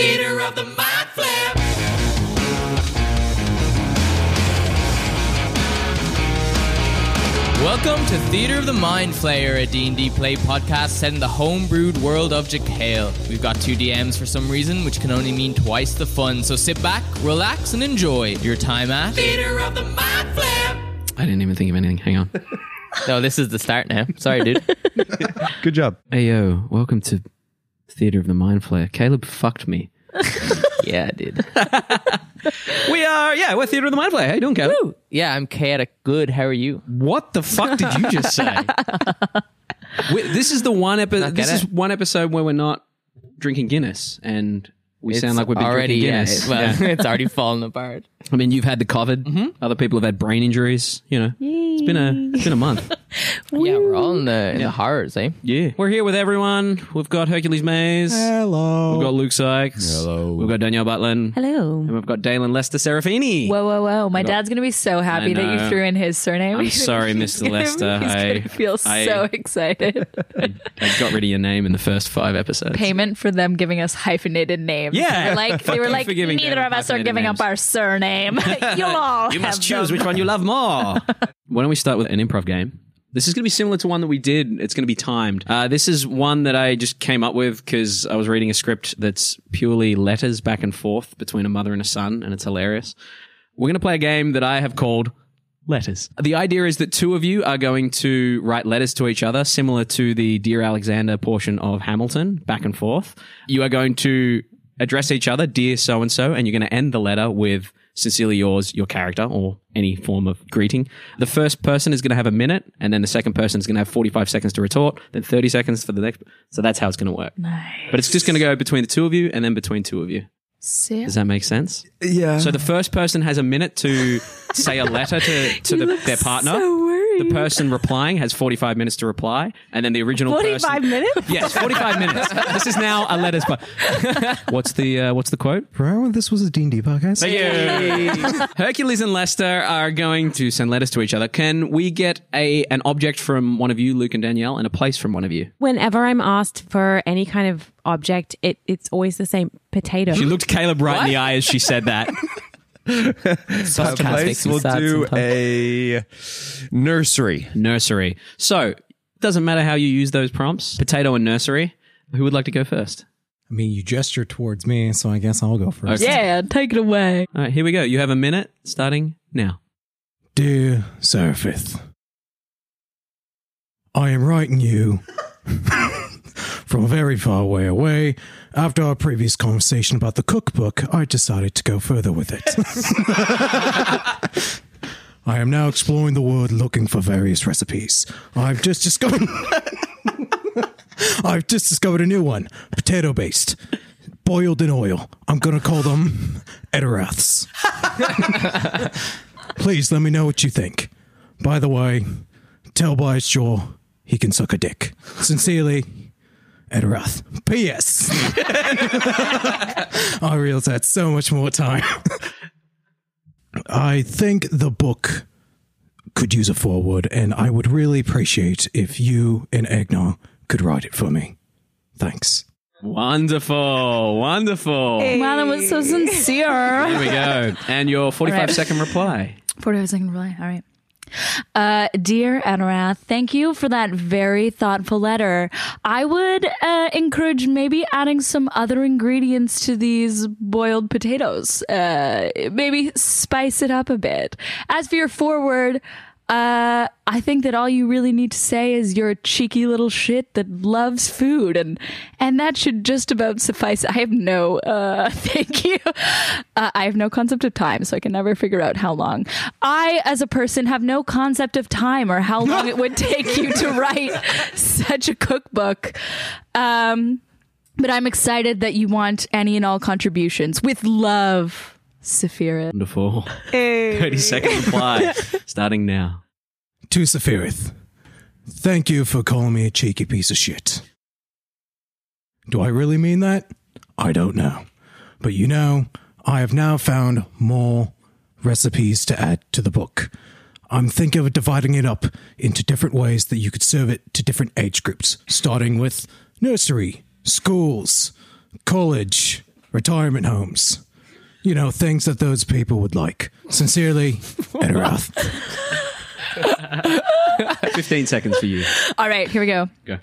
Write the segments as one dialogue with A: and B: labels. A: of the Mind Flip.
B: Welcome to Theatre of the Mind Flayer, a D&D play podcast set in the homebrewed world of Jekyll. We've got two DMs for some reason, which can only mean twice the fun. So sit back, relax, and enjoy your time at...
A: Theater of the Mind Flip.
C: I didn't even think of anything. Hang on.
B: No, this is the start now. Sorry, dude.
D: Good job.
C: hey, yo, welcome to Theater of the Mind Flayer. Caleb fucked me.
B: yeah, dude.
C: We are, yeah, we're Theater of the Mind Flayer. How you doing, Caleb?
B: Yeah, I'm chaotic good. How are you?
C: What the fuck did you just say? we, this is the one episode. This
B: get
C: is
B: it.
C: one episode where we're not drinking Guinness, and we
B: It's
C: sound like we've been
B: already,
C: drinking
B: yeah,
C: Guinness.
B: it- well,
C: Yeah.
B: it's already fallen apart.
C: I mean, you've had the COVID.
B: Mm-hmm.
C: Other people have had brain injuries. You know, it's been a it's been a month.
B: Yeah, we're all in the, in the horrors, eh?
C: yeah, we're here with everyone. We've got Hercules Mays.
D: Hello.
C: We've got Luke Sykes.
D: Hello.
C: We've got Danielle Butlin.
E: Hello.
C: And we've got Dalen Lester Serafini.
E: Whoa, whoa, whoa. My dad's going to be so happy that
C: know.
E: you threw in his surname.
C: I'm sorry,
E: He's
C: Mr.
E: gonna-
C: Lester.
E: He's
C: I-
E: going to feel
C: I-
E: so excited.
C: I got rid of your name in the first five episodes.
E: Payment for them giving us hyphenated names.
C: Yeah.
E: They were like,
C: Fuck
E: they were
C: you
E: like
C: for giving
E: neither
C: them
E: of us are
C: hyphenated
E: giving
C: names.
E: up our surname. You'll all
C: You
E: have
C: must choose
E: them.
C: which one you love more. Why don't we start with an improv game? This is going to be similar to one that we did. It's going to be timed. Uh, this is one that I just came up with because I was reading a script that's purely letters back and forth between a mother and a son, and it's hilarious. We're going to play a game that I have called Letters. The idea is that two of you are going to write letters to each other, similar to the Dear Alexander portion of Hamilton, back and forth. You are going to address each other, Dear so and so, and you're going to end the letter with Sincerely yours, your character, or any form of greeting. The first person is going to have a minute, and then the second person is going to have 45 seconds to retort, then 30 seconds for the next. So that's how it's going to work.
E: Nice.
C: But it's just going to go between the two of you and then between two of you.
E: Sick.
C: Does that make sense?
D: Yeah.
C: So the first person has a minute to say a letter to, to the, their partner.
E: so worried.
C: The person replying has 45 minutes to reply, and then the original
E: 45
C: person.
E: minutes?
C: Yes, 45 minutes. This is now a letters. But what's the uh, what's the quote?
D: Remember when this was a D&D podcast?
C: Hercules and Lester are going to send letters to each other. Can we get a an object from one of you, Luke and Danielle, and a place from one of you?
F: whenever I'm asked for any kind of object, it, it's always the same potato.
C: She looked Caleb right in the eye as she said that.
D: A place will do a nursery.
C: nursery. So doesn't matter how you use those prompts. Potato and nursery. Who would like to go first?
G: I mean, you gesture towards me, so I guess I'll go first.
E: Yeah, take it away.
C: All right, here we go. You have a minute starting now.
G: Dear Sir Fifth, I am writing you from very far way away. After our previous conversation about the cookbook, I decided to go further with it. I am now exploring the world looking for various recipes. I've just discovered. I've just discovered a new one, potato based, boiled in oil. I'm gonna call them Ederaths. Please let me know what you think. By the way, tell by its jaw he can suck a dick. Sincerely, Edirath. P.S. I realize I had so much more time. I think the book could use a foreword, and I would really appreciate if you and Eggnog could write it for me. Thanks.
C: Wonderful, wonderful.
E: Wow, that was so sincere.
C: Here we go. And your forty-five
E: All right.
C: second reply.
E: 45 second reply. All right. Uh, dear Adarath, thank you for that very thoughtful letter. I would uh, encourage maybe adding some other ingredients to these boiled potatoes. Uh, maybe spice it up a bit. As for your forward, uh, I think that all you really need to say is you're a cheeky little shit that loves food, and and that should just about suffice. I have no uh, thank you. Uh, I have no concept of time, so I can never figure out how long. I, as a person, have no concept of time or how long it would take you to write such a cookbook. Um, but I'm excited that you want any and all contributions with love, Sephira.
C: Wonderful. Thirty second reply starting now.
G: To Sephiroth, thank you for calling me a cheeky piece of shit. Do I really mean that? I don't know. But you know, I have now found more recipes to add to the book. I'm thinking of dividing it up into different ways that you could serve it to different age groups, starting with nursery, schools, college, retirement homes. You know, things that those people would like. Sincerely, Edorath.
C: 15 seconds for you.
E: All right, here we go.
C: Go.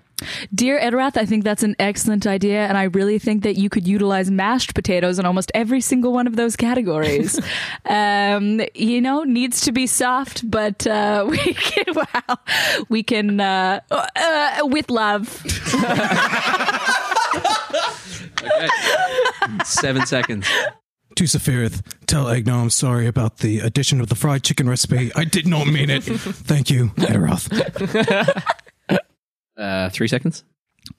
E: Dear Edorath, I think that's an excellent idea, and I really think that you could utilize mashed potatoes in almost every single one of those categories. um, you know, needs to be soft, but uh, we can, wow, we can, uh, uh, with love.
C: Seven seconds.
G: To Sephiroth, tell Egno I'm sorry about the addition of the fried chicken recipe. I did not mean it. Thank you, Edorath.
C: Uh, three seconds.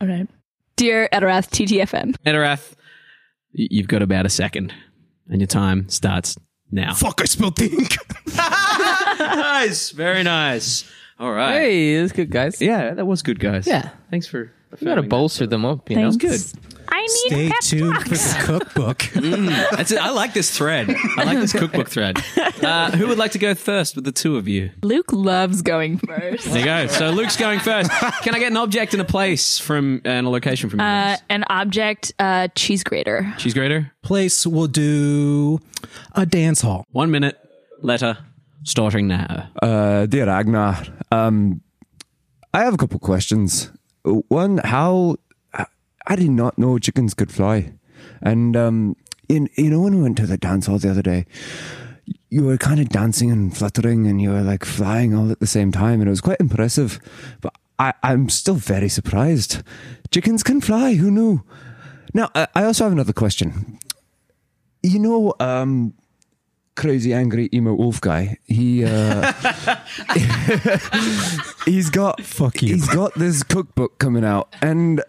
E: All right. Dear Edorath TTFN.
C: Edorath, y- you've got about a second, and your time starts now.
G: Fuck, I spilled the ink.
C: Nice. Very nice. All right.
H: Hey, that's good, guys.
C: Yeah, that was good, guys.
H: Yeah.
C: Thanks for.
H: You gotta bolster them up, you
E: Thanks.
H: know.
E: Good.
F: I need
G: Stay tuned for the cookbook.
C: That's it. I like this thread. I like this cookbook thread. Uh, who would like to go first with the two of you?
E: Luke loves going first.
C: There you go. So Luke's going first. Can I get an object and a place from and a location from you?
E: Uh,
C: guys?
E: an object, uh, cheese grater.
C: She's greater.
G: Place will do a dance hall.
C: One minute. Letter. Starting now.
E: Oh.
D: Uh, dear Agnar, um, I have a couple questions. One, how I did not know chickens could fly, and um, in you know when we went to the dance hall the other day, you were kind of dancing and fluttering, and you were like flying all at the same time, and it was quite impressive. But I, I'm still very surprised. Chickens can fly. Who knew? Now, I, I also have another question. You know, um, crazy angry emo wolf guy. He uh, he's got
G: Fuck you.
D: He's got this cookbook coming out, and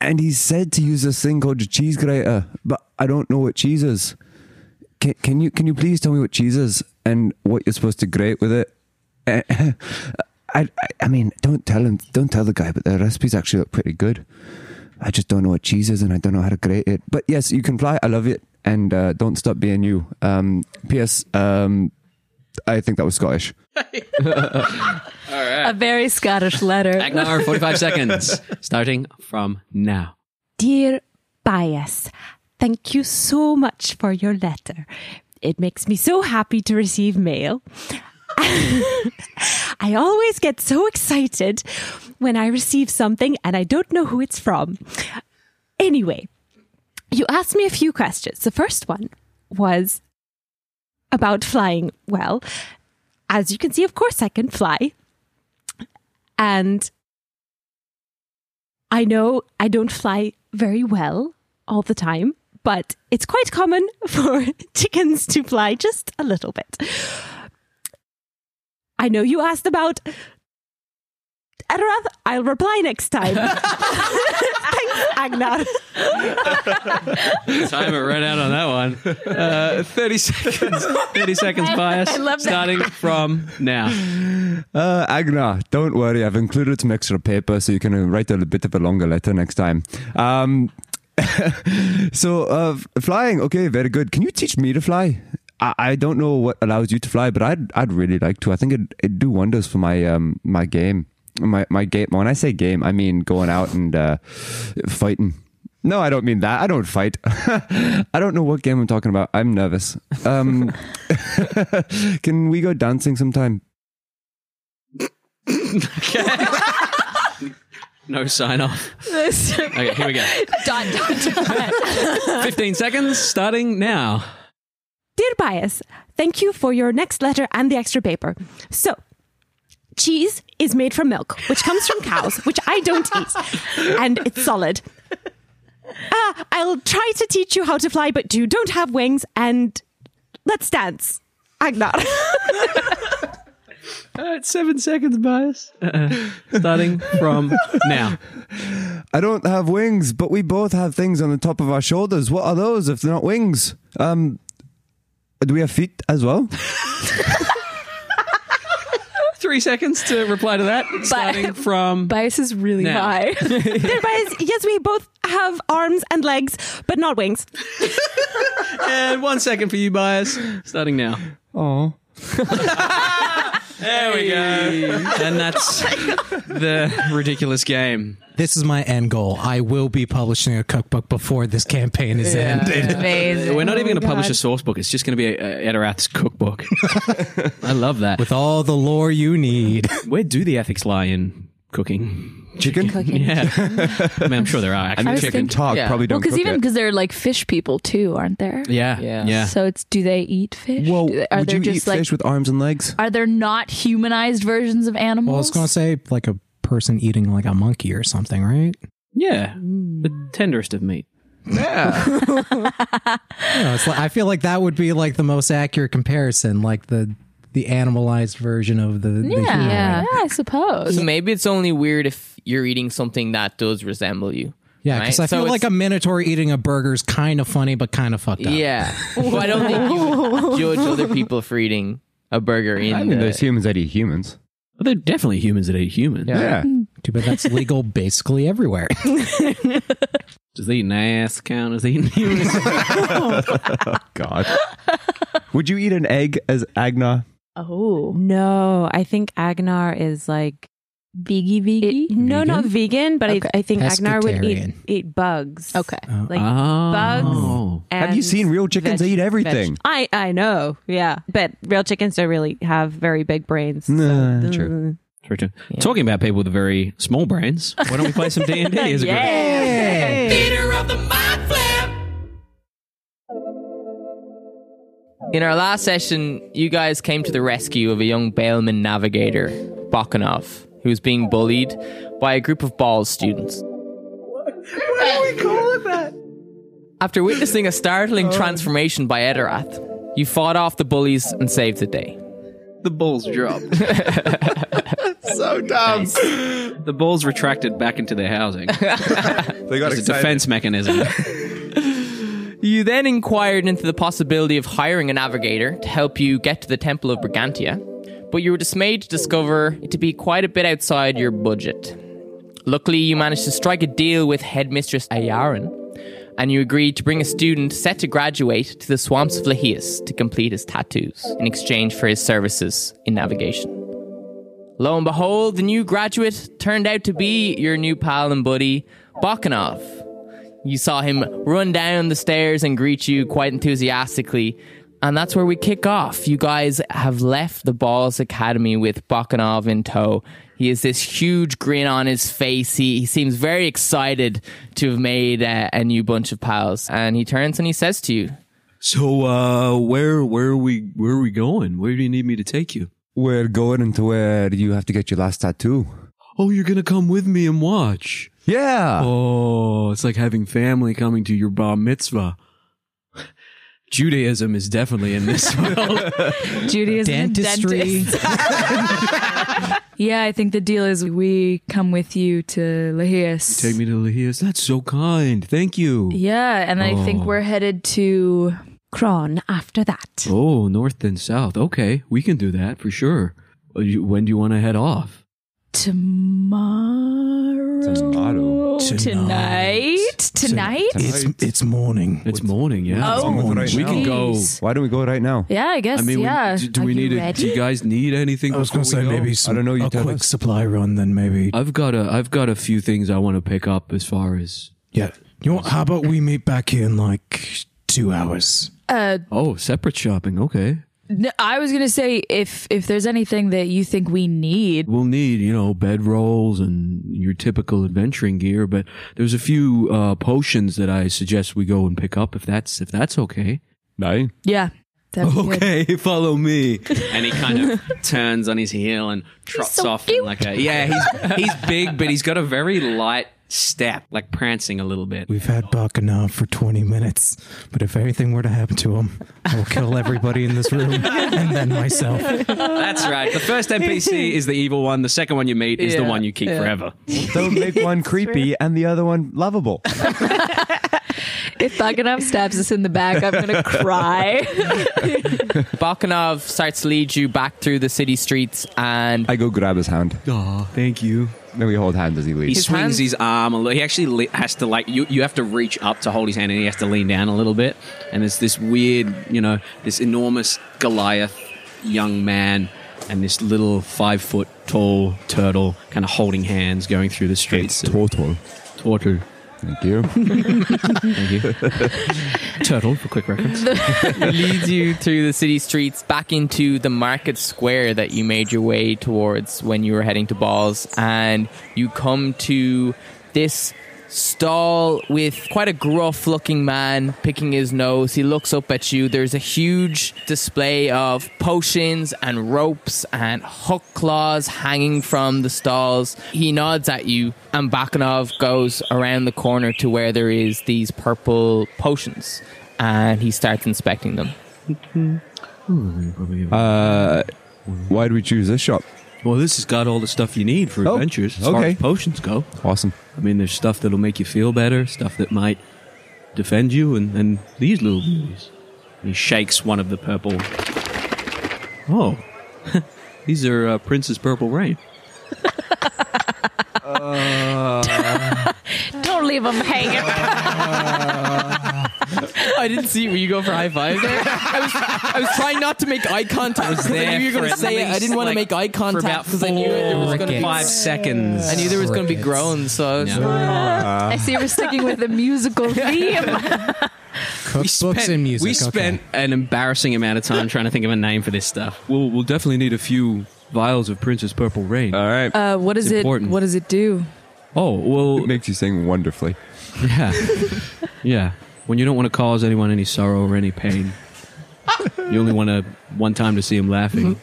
D: and he said to use this thing called a cheese grater, but I don't know what cheese is. Can, can you can you please tell me what cheese is and what you're supposed to grate with it? Eh, I, I I mean, don't tell him, don't tell the guy, but the recipes actually look pretty good. I just don't know what cheese is and I don't know how to grate it. But yes, you can fly. I love it. And uh, don't stop being you. Um, P.S. Um, I think that was Scottish.
E: A very Scottish letter.
C: Agnar, 45 seconds. Starting from now.
F: Dear Bias, thank you so much for your letter. It makes me so happy to receive mail. I always get so excited when I receive something and I don't know who it's from. Anyway, you asked me a few questions. The first one was about flying. Well, as you can see, of course, I can fly. And I know I don't fly very well all the time, but it's quite common for chickens to fly just a little bit. I know you asked about Edorath. I'll reply next time. Thanks, Agnar.
C: Timer ran out on that one. Uh, 30 seconds. 30 seconds bias.
E: love that.
C: starting from now.
D: Uh, Agna, don't worry. I've included some extra paper so you can uh, write a bit of a longer letter next time. Um, so, uh, f- flying, okay, very good. Can you teach me to fly? I, I don't know what allows you to fly, but I'd I'd really like to. I think it'd, it'd do wonders for my um my game, my my game. When I say game, I mean going out and uh, fighting. No, I don't mean that. I don't fight. I don't know what game I'm talking about. I'm nervous. Um, can we go dancing sometime?
C: No sign off.
E: This-
C: Okay, here we go.
E: dot, dot, dot.
C: 15 seconds. Starting now.
F: Dear Bias, thank you for your next letter and the extra paper. So, cheese is made from milk, which comes from cows, which I don't eat, and it's solid. Ah, I'll try to teach you how to fly, but you don't have wings, and let's dance. Agnar.
C: All right, seven seconds bias. Uh-uh. starting from now.
D: I don't have wings, but we both have things on the top of our shoulders. What are those if they're not wings? Um, do we have feet as well?
C: Three seconds to reply to that. Starting from.
E: Bias is really
C: Now.
E: high.
F: Dear Bias, yes, we both have arms and legs, but not wings.
C: And one second for you, bias. Starting now.
D: Oh,
C: There we go. and that's the ridiculous game.
G: This is my end goal. I will be publishing a cookbook before this campaign is ended.
E: Amazing.
C: We're not even going to publish a source book. It's just going to be a, a Edirath's cookbook. I love that.
G: With all the lore you need.
C: Where do the ethics lie in cooking?
D: Chicken?
C: Yeah, I mean, I'm sure there are. Actually.
E: I was
D: Chicken
E: thinking-
D: talk
H: yeah.
D: probably
E: Well,
D: don't
E: because
D: cook
E: even
D: it.
E: because they're like fish people too, aren't there?
C: yeah,
H: Yeah.
C: yeah, yeah.
E: So it's do they eat fish?
D: Well,
E: Do they- are
D: would
E: there
D: you
E: just
D: eat
E: like
D: fish with arms and legs?
E: are there not humanized versions of animals?
G: Well, I was going to say like a person eating like a monkey or something, right?
C: The tenderest of meat.
G: You know, it's like, I feel like that would be like the most accurate comparison, like the the animalized version of the, the human.
E: yeah, yeah,
G: one.
E: I suppose.
B: So maybe it's only weird if you're eating something that does resemble you.
G: Yeah, because
B: right?
G: I
B: So
G: feel like
B: it's-
G: a minotaur eating a burger is kind of funny, but kind of fucked up.
B: Yeah. Well, I don't think you would judge other people for eating a burger in.
D: I mean,
B: the-
D: there's humans that eat humans.
C: Well, they're Oh, definitely humans that eat humans.
D: Yeah.
G: Too bad that's legal basically everywhere.
C: Does they eating ass count as eating humans?
D: God. Would you eat an egg as agna?
E: oh,
I: No, I think Agnar is like
E: biggie biggie.
I: no, not vegan, but
E: Okay.
I: I, I think Agnar would eat
G: Pescatarian.
I: eat bugs.
E: okay.
I: like
C: oh.
I: bugs.
D: Have you
I: and
D: seen real chickens
I: veg-
D: eat everything?
I: veg- I I know, yeah, but real chickens don't really have very big brains. so-
D: Nah, true.
C: True, true. Talking about people with very small brains. Why don't we play some D and D? Is a good
A: Theater of the mind flip.
B: In our last session, you guys came to the rescue of a young bailman navigator, Bakanov, who was being bullied by a group of Ball students. Why do we call it that? Oh. After witnessing a startling transformation by Edorath, you fought off the bullies and saved the day.
C: The balls drop. so dumb. The balls retracted back into their housing. It's
D: They got
C: a defense mechanism.
B: You then inquired into the possibility of hiring a navigator to help you get to the Temple of Brigantia, but you were dismayed to discover it to be quite a bit outside your budget. Luckily, you managed to strike a deal with Headmistress Ayaran, and you agreed to bring a student set to graduate to the swamps of Lahias to complete his tattoos in exchange for his services in navigation. Lo and behold, the new graduate turned out to be your new pal and buddy, Bakanov. You saw him run down the stairs and greet you quite enthusiastically. And that's where we kick off. You guys have left the Balls Academy with Bakanov in tow. He has this huge grin on his face. He, he seems very excited to have made uh, a new bunch of pals. And he turns and he says to you,
C: So uh where where are we where are we going? Where do you need me to take you?
D: We're going into where you have to get your last tattoo.
C: Oh, you're gonna come with me and watch.
D: Yeah.
C: Oh, it's like having family coming to your bar mitzvah. Judaism is definitely in this world.
E: Judaism and
G: Dentistry.
E: dentist. yeah, I think the deal is we come with you to Lahias.
C: Take me to Lahias. That's so kind. Thank you.
E: Yeah, and I
C: Oh.
E: think we're headed to
F: Kron after that.
C: Oh, north and south. Okay, we can do that for sure. Uh, you- When do you want to head off?
E: tomorrow.
D: Tomorrow.
E: Tonight. Tonight.
G: It's it's morning.
C: It's morning, yeah.
E: Oh,
D: with it right
C: we can
E: now?
C: go.
E: Jeez.
D: Why don't we go right now?
E: Yeah, I guess.
C: I mean, we-
E: yeah.
C: do, do
E: Are
C: we
E: you
C: need? A,
E: ready?
C: do you guys need anything?
G: I was gonna
C: before
G: say
C: we go?
G: maybe some,
D: I don't know, you
G: a
D: tell
G: quick
D: us.
G: supply run. Then maybe
C: I've got a I've got a few things I want to pick up as far as
G: yeah. You want, how about we meet back here in like two hours?
E: Uh,
C: oh separate shopping. Okay,
E: no, I was gonna say if if there's anything that you think we need,
C: we'll need you know bed rolls and your typical adventuring gear, but there's a few uh, potions that I suggest we go and pick up if that's if that's okay.
D: No.
E: yeah. That'd be good.
C: Okay, follow me. And he kind of turns on his heel and trots
E: so
C: off
E: cute.
C: in like a yeah. He's he's big, but he's got a very light step, like prancing a little bit.
G: We've had Bacchanal for twenty minutes, but if anything were to happen to him, I will kill everybody in this room and then myself.
C: That's right. The first NPC is the evil one. The second one you meet is the
B: Yeah,
C: one you keep forever.
D: Don't make one creepy and the other one lovable.
E: If Baganov stabs us in the back, I'm gonna cry.
B: Bakanov starts to lead you back through the city streets and
D: I go grab his hand.
C: Aw, thank you.
D: Then we hold hands as he
C: He
D: leaves.
C: swings
B: hands-
C: his arm a little. He actually le- has to like you. You have to reach up to hold his hand, and he has to lean down a little bit. And it's this weird, you know, this enormous Goliath young man and this little five foot tall turtle kind of holding hands going through the streets. of-
D: Total.
C: turtle.
D: Thank you.
C: Thank you. turtle, for quick reference.
B: leads you through the city streets back into the market square that you made your way towards when you were heading to balls and you come to this stall with quite a gruff looking man picking his nose he looks up at you there's a huge display of potions and ropes and hook claws hanging from the stalls he nods at you and bakunov goes around the corner to where there is these purple potions and he starts inspecting them.
D: Why do Uh, we choose this shop?
C: Well, this has got all the stuff you need for
D: Oh,
C: adventures as far
D: okay.
C: as potions go.
D: Awesome.
C: I mean, there's stuff that'll make you feel better, stuff that might defend you, and, and these little movies. He shakes one of the purple. Oh, these are uh, Prince's Purple Rain.
E: Don't leave him hanging.
B: I didn't see where you go for high five there. I was, I was trying not to make eye contact. I
C: there
B: you were going
C: for
B: to
C: at
B: say it. I
C: least,
B: didn't want to
C: like,
B: make eye contact because I knew there was going to be.
C: Five seconds.
B: I knew there was going to be groans, so I was
E: I see we're sticking with the musical theme.
G: Cookbooks and music.
C: we
G: okay.
C: spent an embarrassing amount of time trying to think of a name for this stuff. We'll, we'll definitely need a few vials of Prince's Purple Rain.
D: All right.
E: Uh, what is
C: It's important.
E: it? What does it do?
C: oh, well,
D: it makes you sing wonderfully.
C: yeah. yeah. When you don't want to cause anyone any sorrow or any pain, you only want to one time to see him laughing.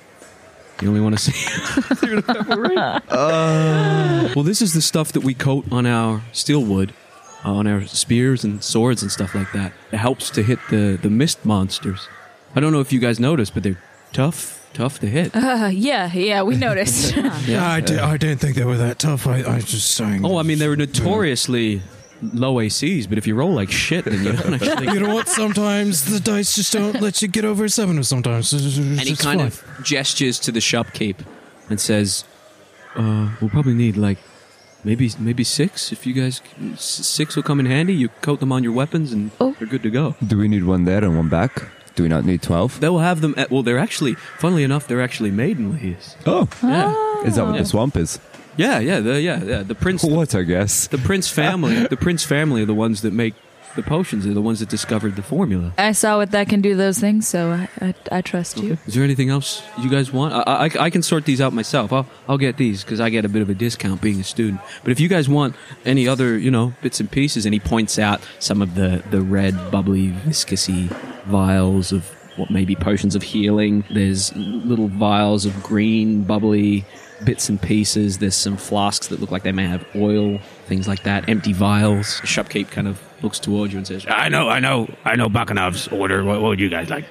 C: You only want to see Well, this is the stuff that we coat on our steel wood, uh, on our spears and swords and stuff like that. It helps to hit the, the mist monsters. I don't know if you guys noticed, but they're tough, tough to hit.
E: Uh, yeah, yeah, we noticed.
G: Yeah, I, di- I didn't think they were that tough. I, I was just saying.
C: Oh, I mean, they were notoriously low ACs, but if you roll like shit, then you don't actually.
G: You know what? Sometimes the dice just don't let you get over a seven. Sometimes. And
C: and he kind of gestures to the shopkeep and says, uh, "We'll probably need like maybe maybe six. If you guys s- six will come in handy. You coat them on your weapons, and
E: Oh.
C: you're good to go.
D: Do we need one there and one back? Do we not need 12?
C: They'll have them. At, well, they're actually, funnily enough, they're actually maiden ladies.
D: Oh.
C: Yeah,
D: Is that what
C: Yeah.
D: the swamp is?
C: yeah, yeah, the, yeah, yeah. The prince,
D: What I guess.
C: the prince family, the prince family are the ones that make the potions. They're the ones that discovered the formula.
E: I saw what that can do those things, so I, I, I trust you.
C: Is there anything else you guys want? I, I, I can sort these out myself. I'll, I'll get these because I get a bit of a discount being a student. But if you guys want any other, you know, bits and pieces, and he points out some of the, the red, bubbly, viscousy vials of what may be potions of healing. There's little vials of green, bubbly bits and pieces. There's some flasks that look like they may have oil, things like that. Empty vials. Shopkeep kind of looks towards you and says,
A: I know, I know, I know Bakunov's order. What, what would you guys like?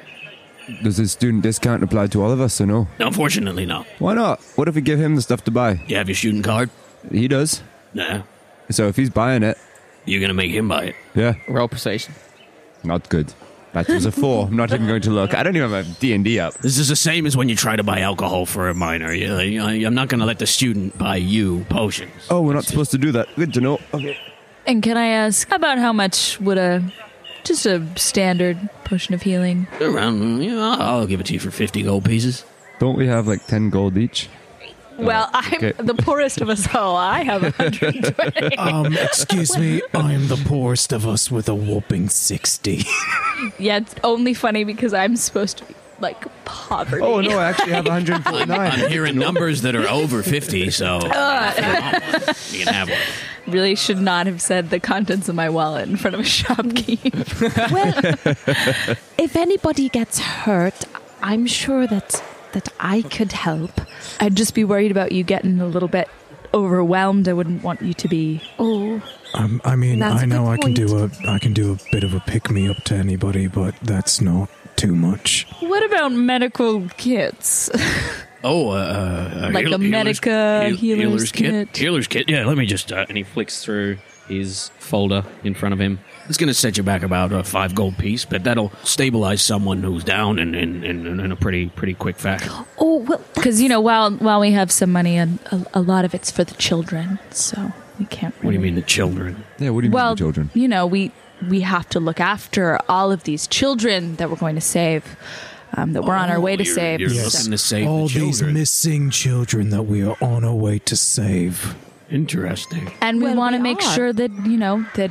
D: Does the student discount apply to all of us or no?
A: Unfortunately, no.
D: Why not? What if we give him the stuff to buy?
A: You have your shooting card?
D: He does.
A: Nah.
D: So if he's buying it,
A: You're going to make him buy it.
D: yeah,
B: roll persuasion.
D: not good. That was a four. I'm not even going to look. I don't even have my D and D up.
A: This is the same as when you try to buy alcohol for a minor. You- I- I'm not going to let the student buy you potions.
D: Oh, we're not supposed to do that. Good to know. Okay.
E: And can I ask about how much would a just a standard potion of healing?
C: Uh,
A: Around, you know, I'll give it to you for 50 gold pieces.
D: Don't we have like ten gold each?
E: Well, I'm
D: okay.
E: the poorest of us all. I have 120.
G: Um, excuse me, I'm the poorest of us with a whopping 60.
E: yeah, it's only funny because I'm supposed to be like poverty.
D: Oh no, I actually have 149.
A: I'm hearing numbers that are over 50, so you can have one.
E: Really should not have said the contents of my wallet in front of a shopkeep.
F: well, if anybody gets hurt, I'm sure that that I could help.
E: I'd just be worried about you getting a little bit overwhelmed. I wouldn't want you to be.
F: Oh,
G: Um, I mean,
F: That's
G: I
F: a
G: know
F: good
G: I can do a I can do a bit of a pick me up to anybody, but that's not too much.
E: What about medical kits?
A: Oh, uh, uh,
E: Like a Medica healer's kit.
A: Healer's kit. Yeah, let me just. Uh,
C: and he flicks through his folder in front of him.
A: it's going to set you back about a five gold piece, but that'll stabilize someone who's down in, in, in, in a pretty pretty quick fashion.
F: oh well.
E: Because you know, while while we have some money, and a, a lot of it's for the children, so we can't. Really
A: What do you mean, the children?
D: yeah, what do you
E: Well,
D: mean, children?
E: you know, we we have to look after all of these children that we're going to save. um, that we're on our way to
A: Oh, You're-
E: save.
A: You're
G: Yes.
A: looking to save
G: All
A: the
G: these
A: children.
G: missing children that we are on our way to save.
A: Interesting.
E: and we
F: Well,
E: want to
F: we
E: make
F: are.
E: sure that you know that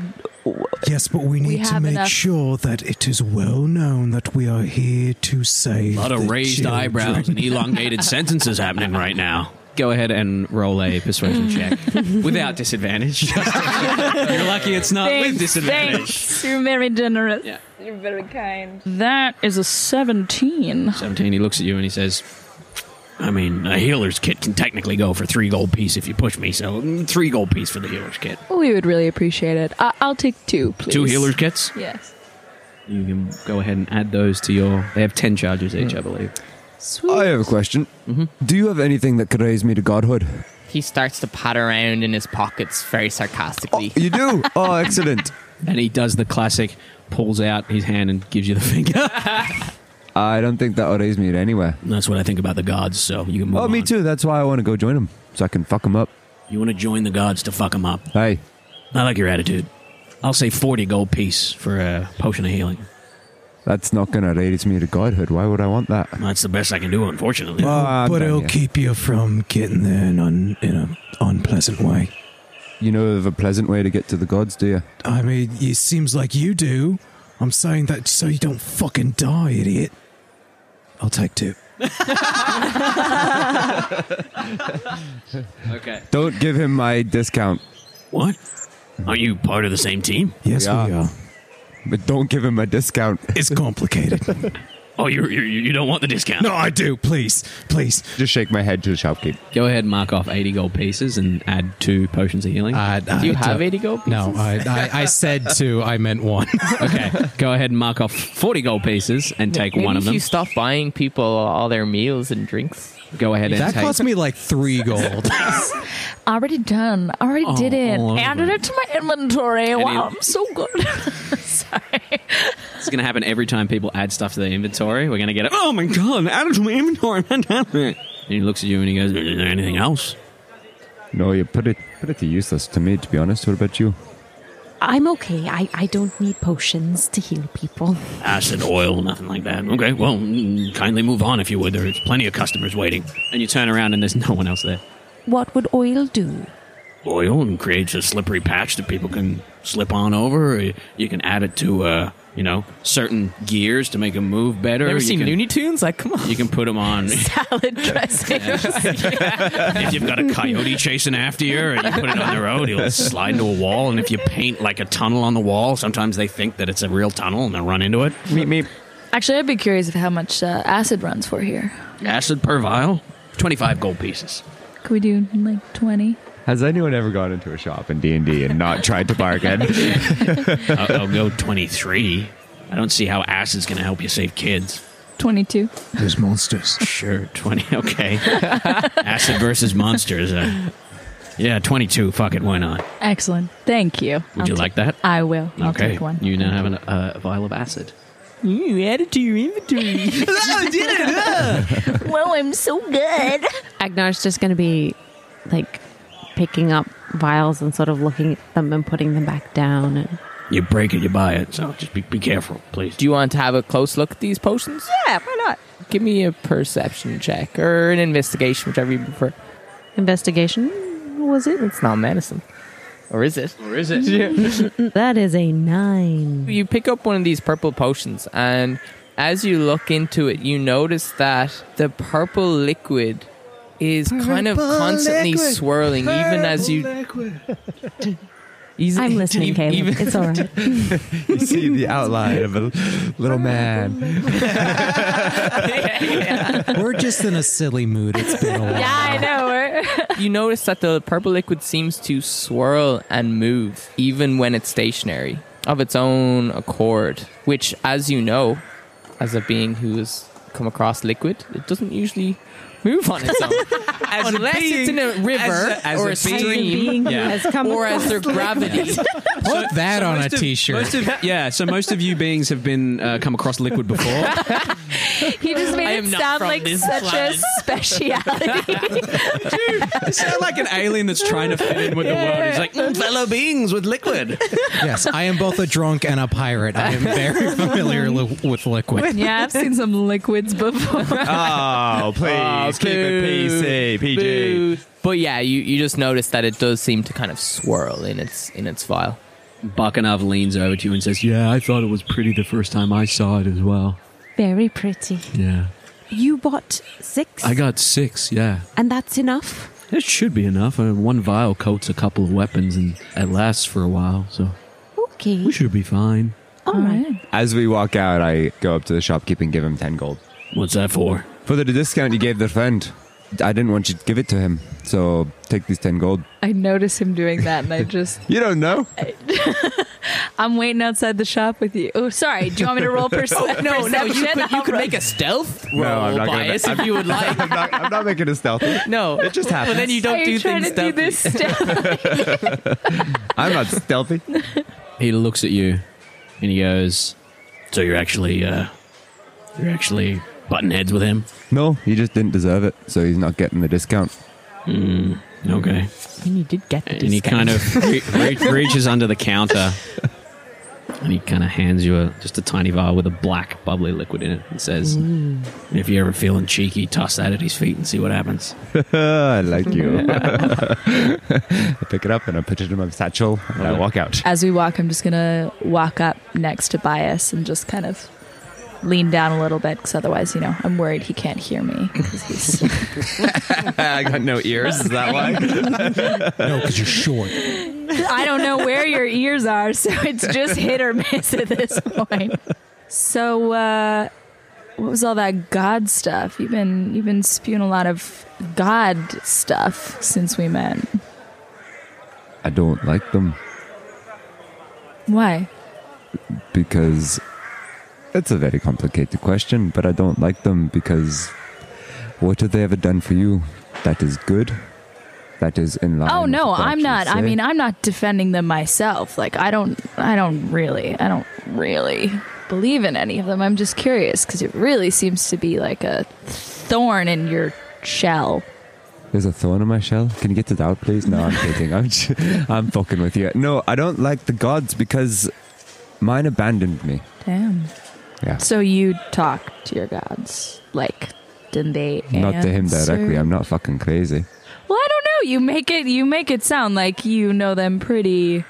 G: Yes, but we need to
E: have
G: make
E: enough-
G: sure that it is well known that we are here to save.
A: A lot of
G: the
A: raised
G: children.
A: eyebrows and elongated sentences happening right now.
C: Go ahead and roll a persuasion check without disadvantage. You're lucky it's not with disadvantage.
E: thanks. You're very generous.
C: Yeah.
E: You're very kind. That is a 17.
C: 17, he looks at you and he says,
A: I mean, a healer's kit can technically go for three gold piece if you push me, so mm, three gold piece for the healer's kit.
E: Oh, We would really appreciate it. I- I'll take two, please.
A: Two healer's kits?
E: Yes.
C: You can go ahead and add those to your. They have 10 charges each, I believe.
E: Sweet.
D: I have a question.
G: Mm-hmm.
D: Do you have anything that could raise me to godhood?
B: He starts to pat around in his pockets very sarcastically.
D: You do? oh, excellent.
C: And he does the classic, pulls out his hand and gives you the finger.
D: I don't think that will raise me to anywhere.
A: And That's what I think about the gods, so you can move
D: Oh, me
A: on.
D: too. That's why I want to go join him so I can fuck him up.
A: You want to join the gods to fuck them up.
D: Hey,
A: I like your attitude. I'll say 40 gold piece for a potion of healing.
D: that's not going to raise me to godhood. Why would I want that?
A: That's the best I can do, unfortunately.
G: Well,
D: Ah,
G: Oh, but
D: dang
G: it'll
D: it.
G: keep you from getting there in, un, in an unpleasant way.
D: You know of a pleasant way to get to the gods, do you?
G: I mean, it seems like you do. I'm saying that so you don't fucking die, idiot. I'll take two.
C: okay.
D: Don't give him my discount,
A: what? Are you part of the same team?
G: Yes,
D: Yeah.
G: we are.
D: but don't give him my discount.
G: It's complicated.
A: Oh, you you you don't want the discount?
G: no, I do. Please, please.
D: Just shake my head to the shopkeep.
C: Go ahead and mark off 80 gold pieces and add two potions of healing.
J: I,
B: Do you
J: I-
B: have 80 gold?
J: No, I, I, I said two. I meant one.
C: okay. Go ahead and mark off 40 gold pieces and take
B: Maybe
C: one of
B: if
C: them.
B: you stop buying people all their meals and drinks.
C: Go ahead and
J: that
C: take.
J: cost me like three gold.
E: Already done. Already
A: Oh,
E: did it.
C: all over.
E: Added it to my inventory. wow,
C: it-
E: I'm so good. Sorry.
C: It's going to happen every time people add stuff to their inventory. We're going to get it. Oh my god! Add it to my inventory. Fantastic. And he looks at you and he goes,
A: Is there anything else?
D: No, you're pretty, pretty useless to me, to be honest. What about you?
F: I'm okay. I, I don't need potions to heal people.
A: Acid, oil, nothing like that. Okay, well, mm, kindly move on if you would. There's plenty of customers waiting.
C: and you turn around and there's no one else there.
F: What would oil do?
A: Oil and creates a slippery patch that people can slip on over. Or you can add it to, uh, you know, certain gears to make them move better.
B: Never
A: you
B: seen
A: can,
B: Looney Tunes? Like, come on.
A: You can put them on
E: Salad dressing.
A: if you've got a coyote chasing after you and you put it on the road, it'll slide into a wall. And if you paint like a tunnel on the wall, sometimes they think that it's a real tunnel and they'll run into it.
D: Meep, meep.
E: Actually, I'd be curious of how much uh, acid runs for here.
A: Acid per vial, 25 gold pieces.
E: Could we do like 20?
D: Has anyone ever gone into a shop in D&D and not tried to bargain?
A: I'll, I'll go 23. I don't see how acid's going to help you save kids.
E: 22.
G: There's monsters.
A: Sure, 20. Okay. Acid versus monsters. Uh, yeah, 22. Fuck it. Why not?
E: Excellent. Thank you.
A: Would you like that?
E: I will. I'll
A: Okay.
E: take one.
C: You now have an, uh, a vial of acid.
B: You add it to your inventory.
E: Well, I'm so good.
I: Agnar's just going to be like picking up vials and sort of looking at them and putting them back down. And
A: You break it, you buy it. So just be, be careful, please.
B: Do you want to have a close look at these potions?
I: yeah, why not?
B: Give me a perception check or an investigation, whichever you prefer.
I: Investigation was it?
B: It's not medicine. Or is it?
C: Or is it?
I: That is a nine.
B: You pick up one of these purple potions, and as you look into it, you notice that the purple liquid is kind of constantly swirling, even as you. He's-
I: I'm listening,
B: even-
I: Caleb.
B: even-
I: It's all right.
D: you see the outline of a little man.
J: We're just in a silly mood. It's been a while.
E: I know.
B: you notice that the purple liquid seems to swirl and move even when it's stationary of its own accord which as you know as a being who has come across liquid it doesn't usually move on its own unless it's in a river
C: as
B: or
C: a
B: a,
C: being-
B: stream
C: Yeah.
B: or as their gravity
J: Put that on a
C: most of-
J: t-shirt.
C: most of- yeah, so most of you beings have been uh, come across liquid before.
E: He just made
B: I am
E: it
B: not
E: sound
B: from
E: like
B: this
E: such
B: planet.
E: a speciality.
C: You sound like an alien that's trying to fit in with the world. He's like, "Mm, fellow beings with liquid.
J: Yes, I am both a drunk and a pirate. I am very familiar li- with liquid.
E: yeah, I've seen some liquids before.
K: Oh, please keep it PC, PG.
B: Boo. But yeah, you, you just notice that it does seem to kind of swirl in its in its vial.
C: Bakanov leans over to you and says, Yeah, I thought it was pretty the first time I saw it as well.
I: Very pretty.
C: Yeah.
F: You bought six,
C: I got six, yeah.
F: and that's enough.
C: It should be enough. Uh, one vial coats a couple of weapons and it lasts for a while, so
I: Okay.
C: we should be fine.
I: All right.
D: As we walk out, I go up to the shopkeeper and give him 10 gold.
C: What's that for?
D: For the discount you gave the friend, I didn't want you to give it to him. So take these 10 gold.
E: I notice him doing that, and I just
D: You don't know.
E: I'm waiting outside the shop with you. Oh, sorry. Do you want me to roll perce-
B: No,
E: perception?
B: no, you could, you
E: I'll
B: could
E: roll-
B: make a stealth roll,
D: No, I'm not gonna
B: bias,
D: ma-
B: if you would like.
D: I'm not, I'm not making it stealthy.
B: No,
D: It just happens.
B: But then you
E: Are
B: don't
E: you
B: do
E: trying
B: things
E: to do
B: stealthy.
E: this step?
D: I'm not stealthy.
C: He looks at you and he goes, So you're actually, uh, you're actually button heads with him?
D: No, he just didn't deserve it. So he's not getting the discount.
C: Okay.
B: And you did get the
C: And he kind of re- re- reaches under the counter and he kind of hands you a, just a tiny vial with a black bubbly liquid in it and says, If you're ever feeling cheeky, toss that at his feet and see what happens.
D: I like you. I pick it up and I put it in my satchel and I walk out.
E: As we walk, I'm just gonna walk up next to Bias and just kind of lean down a little bit, because otherwise, you know, I'm worried he can't hear me. 'cause he's-
K: I got no ears. Is that why?
J: No, because you're short.
E: I don't know where your ears are, so it's just hit or miss at this point. So, uh, what was all that God stuff? You've been you've been spewing a lot of God stuff since we met.
D: I don't like them
E: Why?
D: because it's a very complicated question, but I don't like them because what have they ever done for you that is good? That is in line.
E: Oh
D: with
E: no,
D: what
E: I'm
D: you
E: not. I
D: say?
E: mean, I'm not defending them myself. Like I don't I don't really I don't really believe in any of them. I'm just curious cuz it really seems to be like a thorn in your shell.
D: There's a thorn in my shell. Can you get it out, please? No, I'm kidding. I'm, j- I'm fucking with you. No, I don't like the gods because mine abandoned me.
E: Damn.
D: Yeah.
E: So you talk to your gods like didn't they
D: Not to him
E: answer?
D: directly. I'm not fucking crazy.
E: Well, I don't know. You make it you make it sound like you know them pretty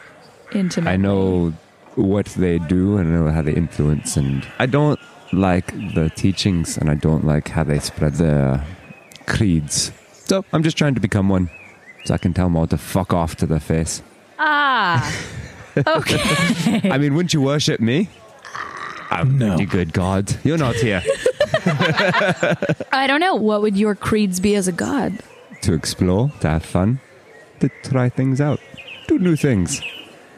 E: intimately.
D: I know what they do and I know how they influence and I don't like the teachings and I don't like how they spread their creeds. So I'm just trying to become one. So I can tell them all to fuck off to their face.
E: Ah. okay.
D: I mean, wouldn't you worship me? I'm
G: No.
D: you good God. You're not here
E: I don't know. What would your creeds be as a god?
D: to explore, to have fun, to try things out, do new things.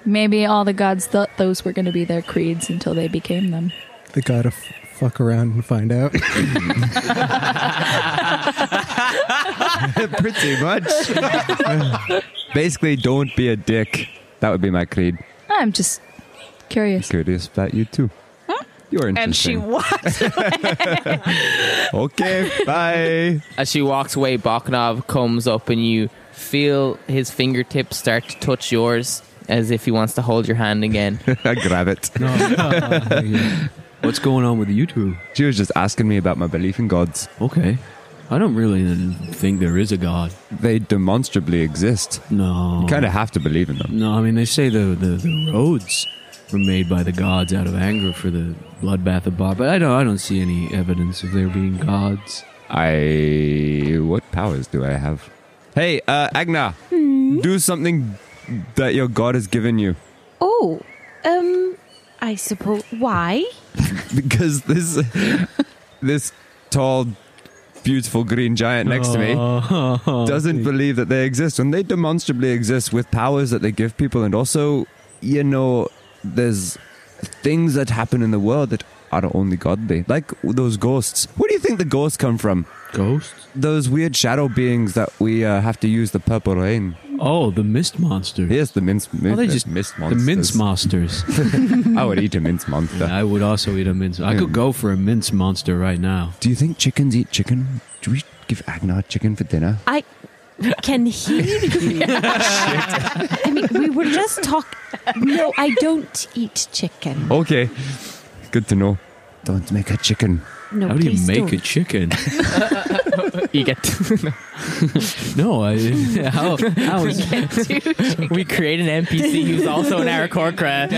E: Maybe all the gods thought those were going to be their creeds until they became them.
J: They gotta f- fuck around and find out.
D: Pretty much. Basically, don't be a dick. That would be my creed.
E: I'm just curious.
D: Curious about you too. You're interesting.
E: And she walks.
D: Okay, bye.
B: As she walks away, Bakanov comes up and you feel his fingertips start to touch yours as if he wants to hold your hand again.
D: I grab it.
C: What's going on with you two?
D: She was just asking me about my belief in gods.
C: Okay. I don't really think there is a god.
D: They demonstrably exist.
C: Oh. No.
D: You kind of have to believe in them.
C: No, I mean, they say the, the, the roads were made by the gods out of anger for the bloodbath of Bob, but I don't, I don't see any evidence of there being gods.
D: I. What powers do I have? Hey, uh, Agna,
E: Hmm?
D: do something that your god has given you.
F: Oh, um, I suppose. Why?
D: Because this. this tall, beautiful green giant next to me
C: Oh.
D: doesn't believe that they exist. And they demonstrably exist with powers that they give people. And also, you know, there's things that happen in the world that are only godly. Like those ghosts. Where do you think the ghosts come from?
C: Ghosts?
D: Those weird shadow beings that we uh, have to use the purple rain
C: Oh, the mist monster.
D: Yes, the mince.
C: Oh, they
D: the
C: just
D: mist
C: the mince monsters.
D: I would eat a mince monster.
C: I would also eat a mince. I could go for a mince monster right now.
D: Do you think chickens eat chicken? Do we give Agnar chicken for dinner?
F: I can he? I mean, we were just talk. No, I don't eat chicken.
D: Okay, good to know. Don't make a chicken.
F: No, How do you please make don't. a
C: chicken?
H: you get
C: no, Oh, I. How, how
H: we,
C: is
H: get two we create an NPC who's also an Arakocra.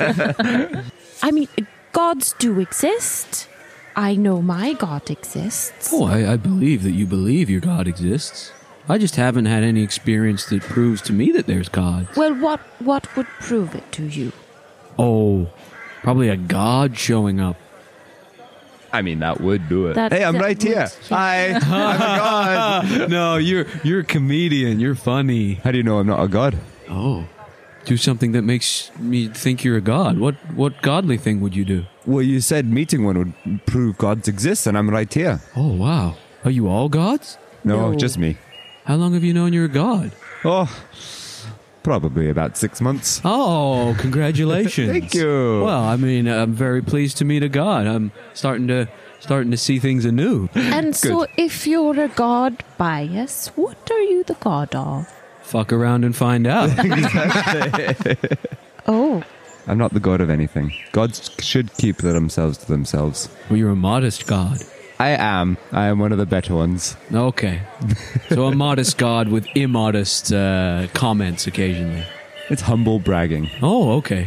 F: I mean, gods do exist. I know my god exists.
C: Oh, I, I believe that you believe your God exists. I just haven't had any experience that proves to me that there's God.
F: Well, what what would prove it to you?
C: Oh, probably a God showing up.
D: I mean, that would do it.
F: That-
D: hey, I'm
F: that
D: right
F: would-
D: here. Hi, I'm a god.
C: no, you're you're a comedian. You're funny.
D: How do you know I'm not a god?
C: Oh, do something that makes me think you're a god. What what godly thing would you do?
D: Well, you said meeting one would prove gods exist, and I'm right here.
C: Oh wow, are you all gods?
D: No,
F: No.
D: just me.
C: How long have you known you're a god?
D: Oh, probably about six months.
C: Oh, congratulations!
D: Thank you.
C: Well, I mean, I'm very pleased to meet a god. I'm starting to starting to see things anew.
F: And so, if you're a god bias, what are you the god of?
C: Fuck around and find out.
F: Oh,
D: I'm not the god of anything. Gods should keep themselves to themselves.
C: well, you're a modest god.
D: I am. I am one of the better ones.
C: Okay, so a modest god with immodest uh, comments occasionally.
D: It's humble bragging.
C: Oh, okay.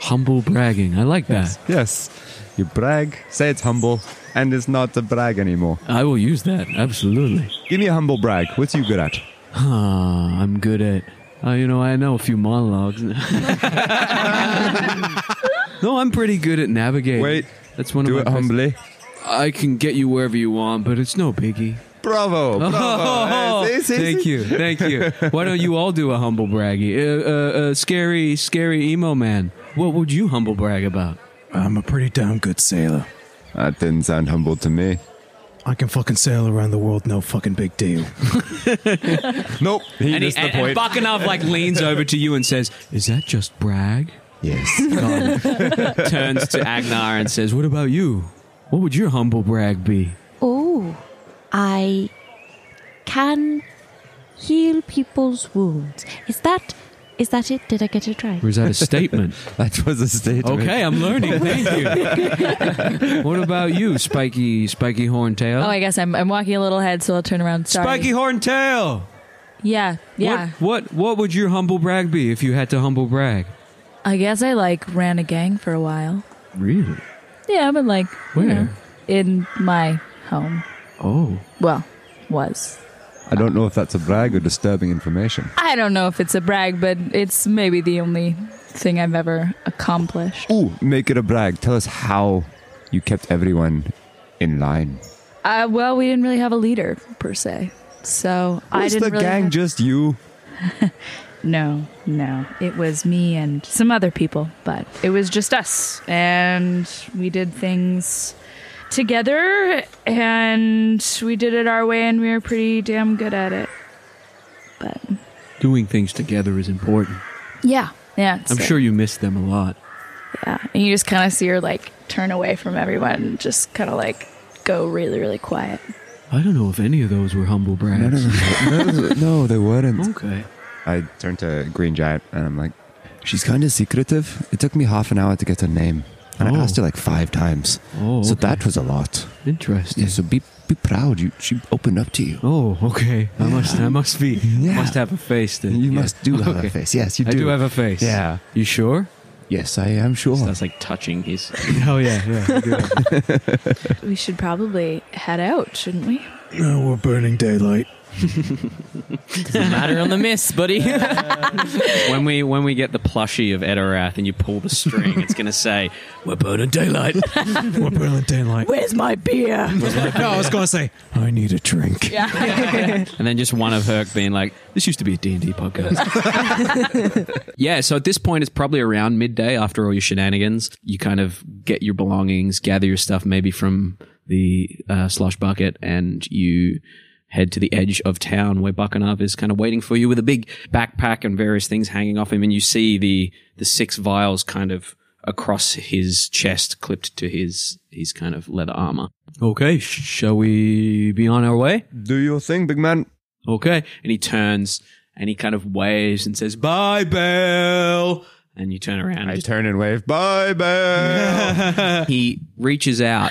C: Humble bragging. I like that.
D: Yes. You brag, say it's humble, and it's not a brag anymore.
C: I will use that. Absolutely.
D: Give me a humble brag. What's you good at?
C: Huh, Ah, I'm good at. Uh, you know, I know a few monologues. no, I'm pretty good at navigating.
D: Wait.
C: that's one
D: Do
C: of
D: it
C: my. best-
D: humbly.
C: I can get you wherever you want, but it's no biggie.
D: Bravo. bravo.
C: Oh,
D: Eh, see, see,
C: thank
D: see?
C: you, thank you. Why don't you all do a humble braggy? Uh, uh, uh, scary, scary emo man. What would you humble brag about?
G: I'm a pretty damn good sailor.
D: That didn't sound humble to me.
G: I can fucking sail around the world, no fucking big deal.
D: Nope. He
C: And, he,
D: missed the
C: and, and
D: point.
C: Bakanov like leans over to you and says, "Is that just brag?"
D: yes.
C: God. turns to Agnar and says, "What about you? What would your humble brag be?"
F: oh, I can heal people's wounds. Is that is that it? Did I get it right?
C: Or is that a statement?
D: That was a statement.
C: okay, I'm learning. Thank you. what about you, Spiky Spiky Horntail?
E: Oh, I guess I'm, I'm walking a little ahead, so I'll turn around. Sorry.
C: Spiky Horntail.
E: Yeah, yeah.
C: What, what what would your humble brag be if you had to humble brag?
E: I guess I like ran a gang for a while.
C: Really?
E: Yeah, but like you know,
C: Where?
E: in my home.
C: Oh.
E: Well, was.
D: I don't know if that's a brag or disturbing information.
E: I don't know if it's a brag, but it's maybe the only thing I've ever accomplished.
D: Ooh, make it a brag. Tell us how you kept everyone in line.
E: Uh, well, we didn't really have a leader per se, so I
D: was
E: didn't
D: the
E: really
D: gang
E: have-
D: just you?
E: No, no. It was me and some other people, but it was just us. And we did things together and we did it our way and we were pretty damn good at it. But
C: Doing things together is important.
E: yeah. Yeah.
C: I'm
E: so-
C: sure you miss them a lot.
E: Yeah. And you just kind of see her like turn away from everyone and just kind of like go really, really quiet.
C: I don't know if any of those were humble brags.
D: no, no, they
C: Oh
D: weren't.
C: Okay.
D: I turned to Green Giant and I'm like, she's kind of secretive. It took me half an hour to get her name. And
C: Oh.
D: I asked her like five times.
C: Oh,
D: So
C: okay.
D: that was a lot.
C: Interesting.
D: Yeah, so be be proud. You She opened up to you.
C: Oh, okay. I must. I must be. Must have a face. Then
D: You
C: Yeah.
D: must do have
C: Okay.
D: a face. Yes, you do.
C: I do have a face.
D: Yeah.
C: You sure?
D: Yes, I am sure.
C: like touching his. oh yeah. yeah.
E: We should probably head out, shouldn't we?
G: No, we're burning daylight.
H: Matter on the mist, buddy.
C: when we when we get the plushie of Edorath and you pull the string, it's gonna say we're burning daylight.
G: We're burning daylight.
E: Where's my beer?
G: no, I was gonna say I need a drink.
C: and then just one of Herc being like, "This used to be a D and D podcast." yeah. So at this point, it's probably around midday after all your shenanigans. You kind of get your belongings, gather your stuff, maybe from the uh, slush bucket, and you head to the edge of town where Buckenav is kind of waiting for you with a big backpack and various things hanging off him. And you see the, the six vials kind of across his chest, clipped to his, his kind of leather armor. Okay, shall we be on our way?
D: Do your thing, big man.
C: Okay. And he turns and he kind of waves and says, Bye, Bell. And you turn around. I
K: turn and wave, Bye, Bell.
C: he reaches out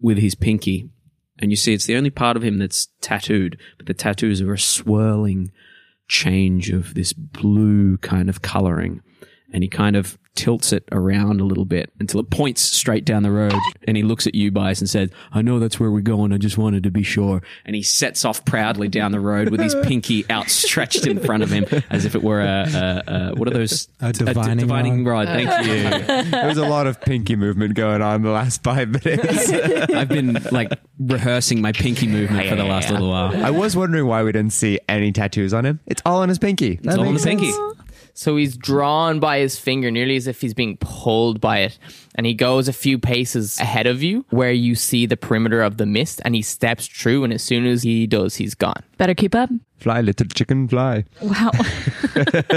C: with his pinky and you see it's the only part of him that's tattooed, but the tattoos are a swirling change of this blue kind of coloring. And he kind of tilts it around a little bit until it points straight down the road. And he looks at you, Bias, and says, I know that's where we're going. I just wanted to be sure. And he sets off proudly down the road with his pinky outstretched in front of him as if it were a, a, a what are those?
J: A divining
C: rod. Thank you.
K: there was a lot of pinky movement going on the last five minutes.
C: I've been like rehearsing my pinky movement for the last little while.
K: I was wondering why we didn't see any tattoos on him. It's all on his pinky.
C: It's all on the pinky.
B: So he's drawn by his finger, nearly as if he's being pulled by it. And he goes a few paces ahead of you, where you see the perimeter of the mist, and he steps through. And as soon as he does, he's gone.
E: Better keep up.
D: Fly, little chicken, fly.
E: Wow.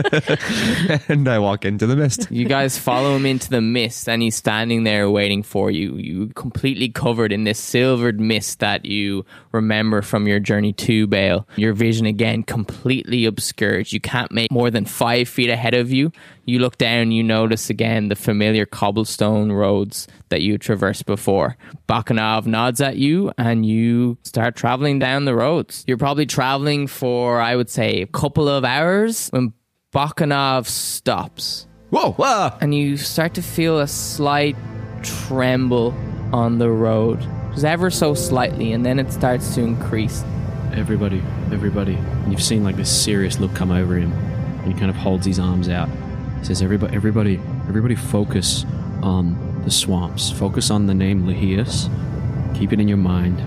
K: and I walk into the mist.
B: You guys follow him into the mist, and he's standing there waiting for you. You completely covered in this silvered mist that you remember from your journey to Bale. Your vision again completely obscured. You can't make more than five feet ahead of you. You look down, you notice again the familiar cobblestone roads that you traversed before. Bakanov nods at you, and you start traveling down the roads. You're probably traveling for, I would say, a couple of hours when Bakanov stops
K: Whoa, whoa.
B: and you start to feel a slight tremble on the road. Just ever so slightly, and then it starts to increase.
C: Everybody, everybody. And you've seen like this serious look come over him. And he kind of holds his arms out. He says, Everybody, everybody, everybody focus on the swamps. Focus on the name Lahias. Keep it in your mind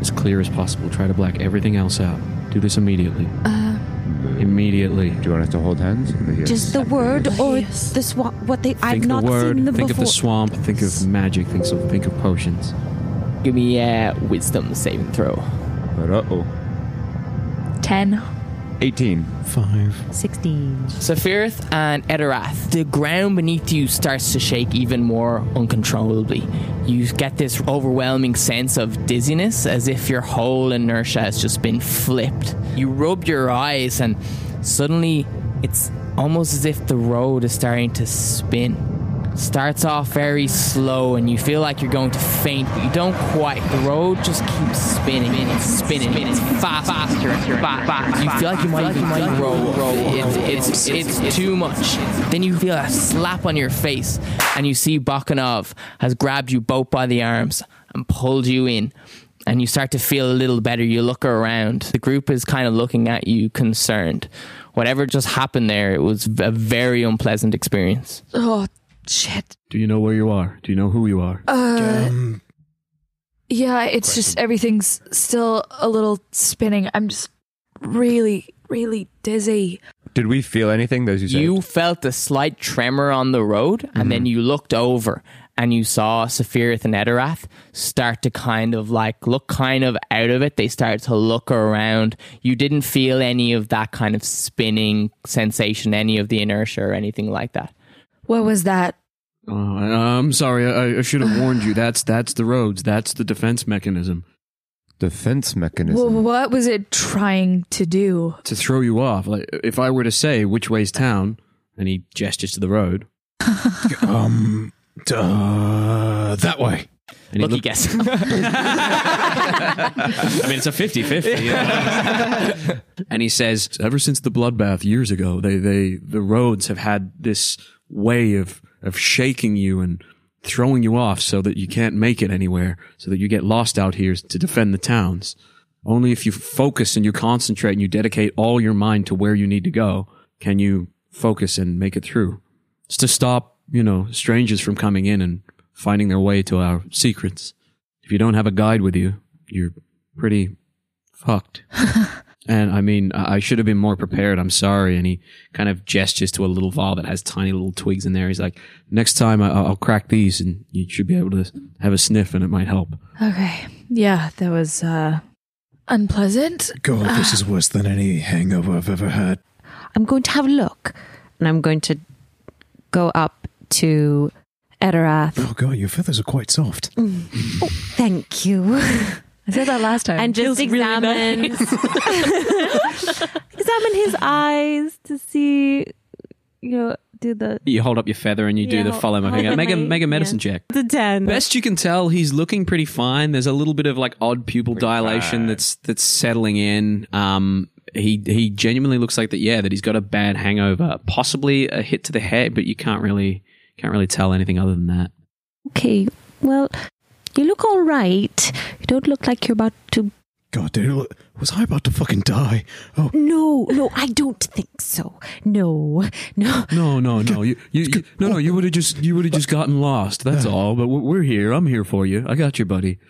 C: as clear as possible. Try to black everything else out. Do this immediately.
F: Uh,
C: immediately.
D: Do you want us to hold hands? Yes.
F: Just the word or the swap? What they? I've
C: Think
F: not
C: the word,
F: seen them
C: think
F: before.
C: of the swamp, think of magic, think of, think of potions.
B: Give me a wisdom saving throw.
D: But uh oh.
E: 10.
K: 18.
J: Five.
I: 16.
B: Sephiroth and Edorath, the ground beneath you starts to shake even more uncontrollably. You get this overwhelming sense of dizziness as if your whole inertia has just been flipped. You rub your eyes, and suddenly it's almost as if the road is starting to spin. Starts off very slow, and you feel like you're going to faint, but you don't quite. The road just keeps spinning, spinning, spinning, fast, faster, faster. You feel like you might even roll, roll. It's, it's, it's, it's too much. Then you feel a slap on your face, and you see Bakanov has grabbed you both by the arms and pulled you in. And you start to feel a little better. You look around. The group is kind of looking at you concerned. Whatever just happened there, it was a very unpleasant experience.
E: Oh, shit. Uh,
C: Do you know where you are? Do you know who you are?
J: Um,
E: Yeah, it's just everything's still a little spinning. I'm just really, really dizzy.
K: Did we feel anything? Those you said.
B: You felt a slight tremor on the road, and then you looked over and you saw Sephiroth and Edorath start to kind of like look kind of out of it. They started to look around. You didn't feel any of that kind of spinning sensation, any of the inertia or anything like that.
E: What was that?
C: Oh, I- I'm sorry. I, I should have warned you. That's that's the roads. That's the defense mechanism
D: Defense mechanism.
E: Wh- what was it trying to do?
C: to throw you off. Like if I were to say which way's town, and he gestures to the road,
G: um, duh, that way.
C: and he
B: Lucky
C: look-
B: guess.
C: I mean, it's a 50-50. you know. and he says, ever since the bloodbath years ago, they they the roads have had this way of of shaking you and throwing you off so that you can't make it anywhere, so that you get lost out here to defend the towns. Only if you focus and you concentrate and you dedicate all your mind to where you need to go can you focus and make it through. It's to stop, you know, strangers from coming in and finding their way to our secrets. If you don't have a guide with you, you're pretty fucked. and I mean, I I should have been more prepared. I'm sorry. And he kind of gestures to a little vial that has tiny little twigs in there. He's like, next time I- I'll crack these and you should be able to have a sniff and it might help.
E: Okay. Yeah, that was uh unpleasant.
G: God, this is worse than any hangover I've ever had.
I: I'm going to have a look. And I'm going to go up to Edirath.
G: Oh God, your feathers are quite soft.
I: Oh, thank you.
E: Mm. I said that last time.
I: And just
E: Feels really
I: examine
E: nice.
I: examine his eyes to see, you know, do the
C: You hold up your feather and you do
I: Yeah,
C: the
I: hold-
C: follow my
I: hold
C: finger.
I: up
C: Make a
I: my-
C: make a medicine check.
I: the ten.
C: Best you can tell, he's looking pretty fine. There's a little bit of like odd pupil dilation
K: fine.
C: that's that's settling in. Um, he he genuinely looks like that. Yeah, that he's got a bad hangover, possibly a hit to the head, but you can't really can't really tell anything other than that.
I: Okay, well, you look all right. You don't look like you're about to.
G: God, dude, look- was I about to fucking die? Oh
I: No, no, I don't think so. No, no.
C: No, no, no. You, you, you no, no. You would have just you would have just gotten lost. That's all. But we're- we're here. I'm here for you. I got you, buddy. Oh.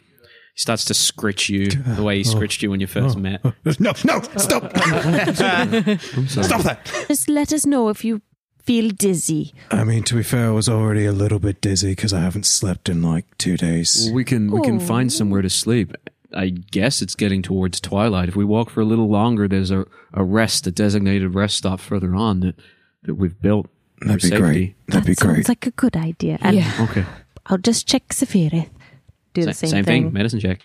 C: He starts to scritch you the way he scritched you when you first met.
G: no, no, stop! Stop that!
I: Just let us know if you feel dizzy.
G: I mean, to be fair, I was already a little bit dizzy because I haven't slept in like two days.
C: We can we can
I: Oh.
C: find somewhere to sleep. I guess it's getting towards twilight. If we walk for a little longer, there's a, a rest, a designated rest stop further on that, that we've built. for
G: That'd be
C: safety.
G: great. That'd be
I: that sounds
G: great.
I: like a good idea. And
E: Yeah.
C: Okay.
I: I'll just check Sephiroth. Do the
C: Sa-
I: same, thing.
C: Medicine check.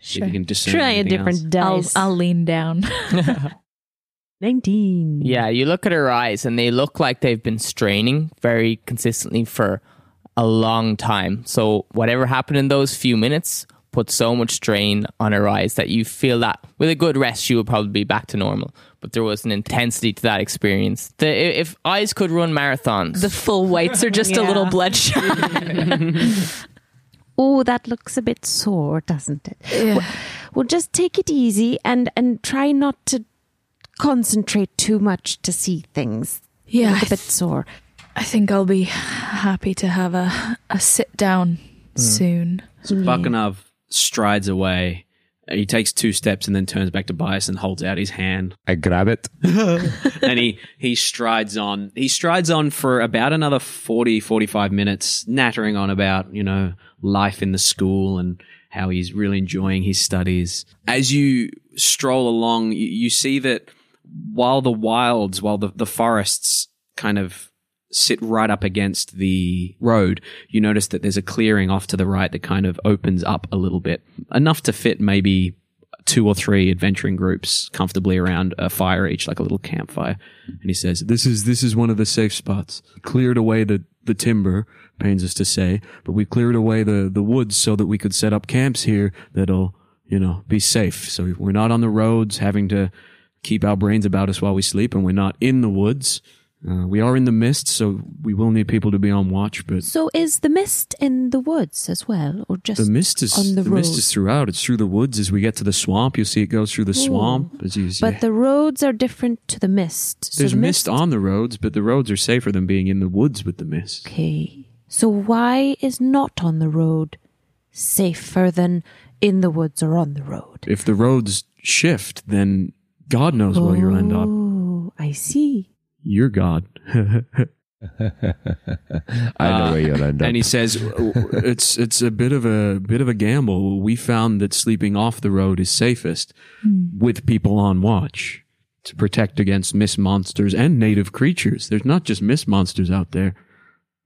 C: See if you can discern
I: Try a
C: anything
I: different
C: else.
E: I'll,
I: dice.
E: I'll lean down.
I: 19.
B: Yeah, you look at her eyes and they look like they've been straining very consistently for a long time. So, whatever happened in those few minutes put so much strain on her eyes that you feel that with a good rest, she would probably be back to normal. But there was an intensity to that experience. The, i- if eyes could run marathons,
E: the full whites are just a little
I: Yeah.
E: bloodshot.
I: Oh, that looks a bit sore, doesn't it? Well, well, just take it easy and and try not to concentrate too much to see things. You
E: Yeah,
I: look
E: I
I: a bit sore.
E: I think I'll be happy to have a, a sit down soon.
C: So Bakunov strides away. He takes two steps and then turns back to Bias and holds out his hand.
K: I grab it.
C: and he he strides on he strides on for about another 40 45 minutes nattering on about you know life in the school and how he's really enjoying his studies as you stroll along you, you see that while the wilds while the, the forests kind of sit right up against the road you notice that there's a clearing off to the right that kind of opens up a little bit enough to fit maybe two or three adventuring groups comfortably around a fire each, like a little campfire. And he says, "This is this is one of the safe spots. Cleared away the the timber, pains us to say, but we cleared away the the woods so that we could set up camps here that'll you know be safe. So we're not on the roads, having to keep our brains about us while we sleep, and we're not in the woods." Uh, we are in the mist, so we will need people to be on watch. But
I: So, is the mist in the woods as well, or just
C: the mist is
I: on the, road?
C: mist is throughout. It's through the woods as we get to the swamp. You'll see it goes through the swamp. As you,
I: but the roads are different to the mist. So
C: There's
I: the
C: mist on the roads, but the roads are safer than being in the woods with the mist.
I: Okay. So, why is not on the road safer than in the woods or on the road?
C: If the roads shift, then God knows where you'll end up.
I: Oh, I see.
C: You're God.
K: I
B: Ah,
K: know where you'll end up.
C: Uh, and he says, "It's it's a bit of a bit of a gamble. We found that sleeping off the road is safest
I: Hmm.
C: with people on watch to protect against mist monsters and native creatures. There's not just mist monsters out there.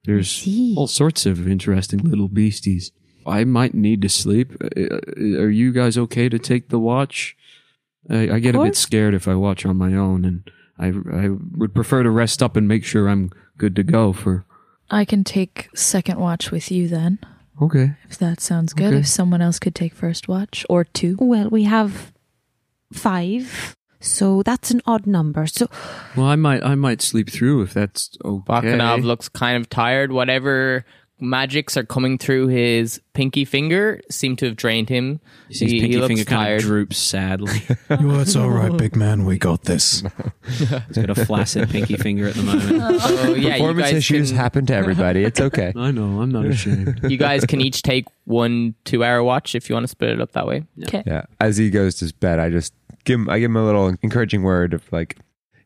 C: There's
I: see.
C: all sorts of interesting little beasties. I might need to sleep. Uh, Are you guys okay to take the watch? I, I get a bit
I: course.
C: scared if I watch on my own, and I I would prefer to rest up and make sure I'm good to go for.
E: I can take second watch with you then,
C: Okay.
E: if that sounds good.
C: Okay.
E: If someone else could take first watch or two.
I: Well, we have five, so that's an odd number. So,
C: Well, I might I might sleep through if that's okay.
B: Bakanov looks kind of tired. Whatever magics are coming through his pinky finger seem to have drained him.
C: His pinky
B: looks
C: finger kind
B: tired.
C: of droops sadly.
G: well, it's all right, big man. We got this.
C: He's got a flaccid pinky finger at the
E: Oh.
C: moment.
B: So, oh, yeah, you
K: Performance
B: guys
K: issues
B: can-
K: happen to everybody. It's okay.
C: I know. I'm not ashamed.
B: you guys can each take one two hour watch if you want to split it up that way.
E: Okay.
K: Yeah. As he goes to bed, I just give him, I give him a little encouraging word of like,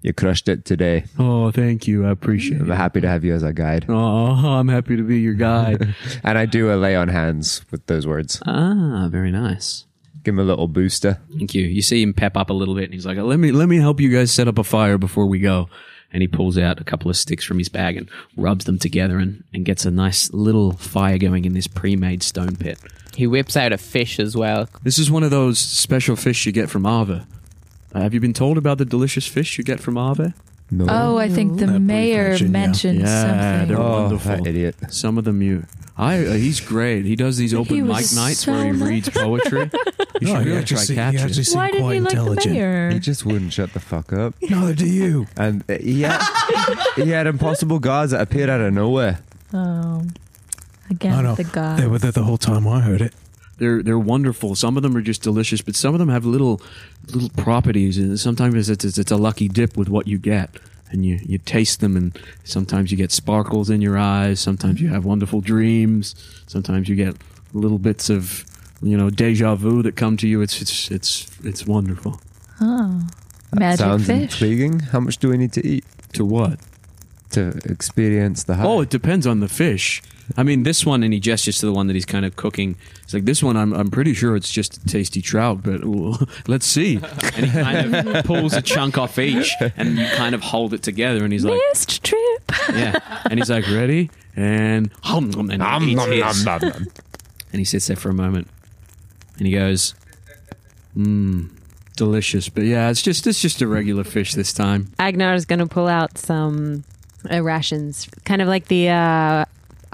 K: you crushed it today.
C: oh, thank you. I appreciate
K: I'm
C: it.
K: happy to have you as a guide.
C: Oh, I'm happy to be your guide.
K: And I do a lay on hands with those words.
C: ah, very nice.
K: Give him a little booster.
C: Thank you. You see him pep up a little bit, and he's like, "Let me let me help you guys set up a fire before we go." And he pulls out a couple of sticks from his bag and rubs them together and, and gets a nice little fire going in this pre-made stone pit.
B: He whips out a fish as well.
C: This is one of those special fish you get from Arva. Uh, have you been told about the delicious fish you get from Arva? No.
E: Oh, I think the mayor mentioned
C: Yeah,
E: something.
C: they're wonderful. idiot. Some of them you. I. Uh, he's great. He does these open
E: He was
C: mic nights
E: so
C: where he
E: nice.
C: reads poetry. You
G: No,
C: should
G: he
C: really
G: actually
C: try
G: se- he
C: catch
G: actually
C: it.
G: seemed Why did he quite like the intelligent. mayor?
K: He just wouldn't shut the fuck up.
G: Neither do you.
K: And uh, he had, he had impossible guards that appeared out of nowhere.
E: Oh, again
G: I know.
E: the god.
G: They were there the whole time I heard it.
C: They're they're wonderful. Some of them are just delicious, but some of them have little little properties, and sometimes it's it's, it's a lucky dip with what you get. And you, you taste them, and sometimes you get sparkles in your eyes. Sometimes you have wonderful dreams. Sometimes you get little bits of you know deja vu that come to you. It's it's it's it's wonderful.
E: Oh, magic
K: Sounds
E: fish.
K: intriguing. How much do we need to eat?
C: To what?
K: To experience the high.
C: Oh, it depends on the fish. I mean, this one, and he gestures to the one that he's kind of cooking. He's like, "This one, I'm, I'm pretty sure it's just a tasty trout, but well, let's see." And he kind of pulls a chunk off each, and you kind of hold it together, and he's like,
E: Missed trip.
C: "Yeah," and he's like, "Ready?" And hum, hum, and
K: Nom,
C: eats
K: nom,
C: his.
K: nom, nom, nom.
C: And he sits there for a moment, and he goes, "Mmm, delicious." But yeah, it's just it's just a regular fish this time.
I: Agnar is going to pull out some uh, rations, kind of like the. Uh,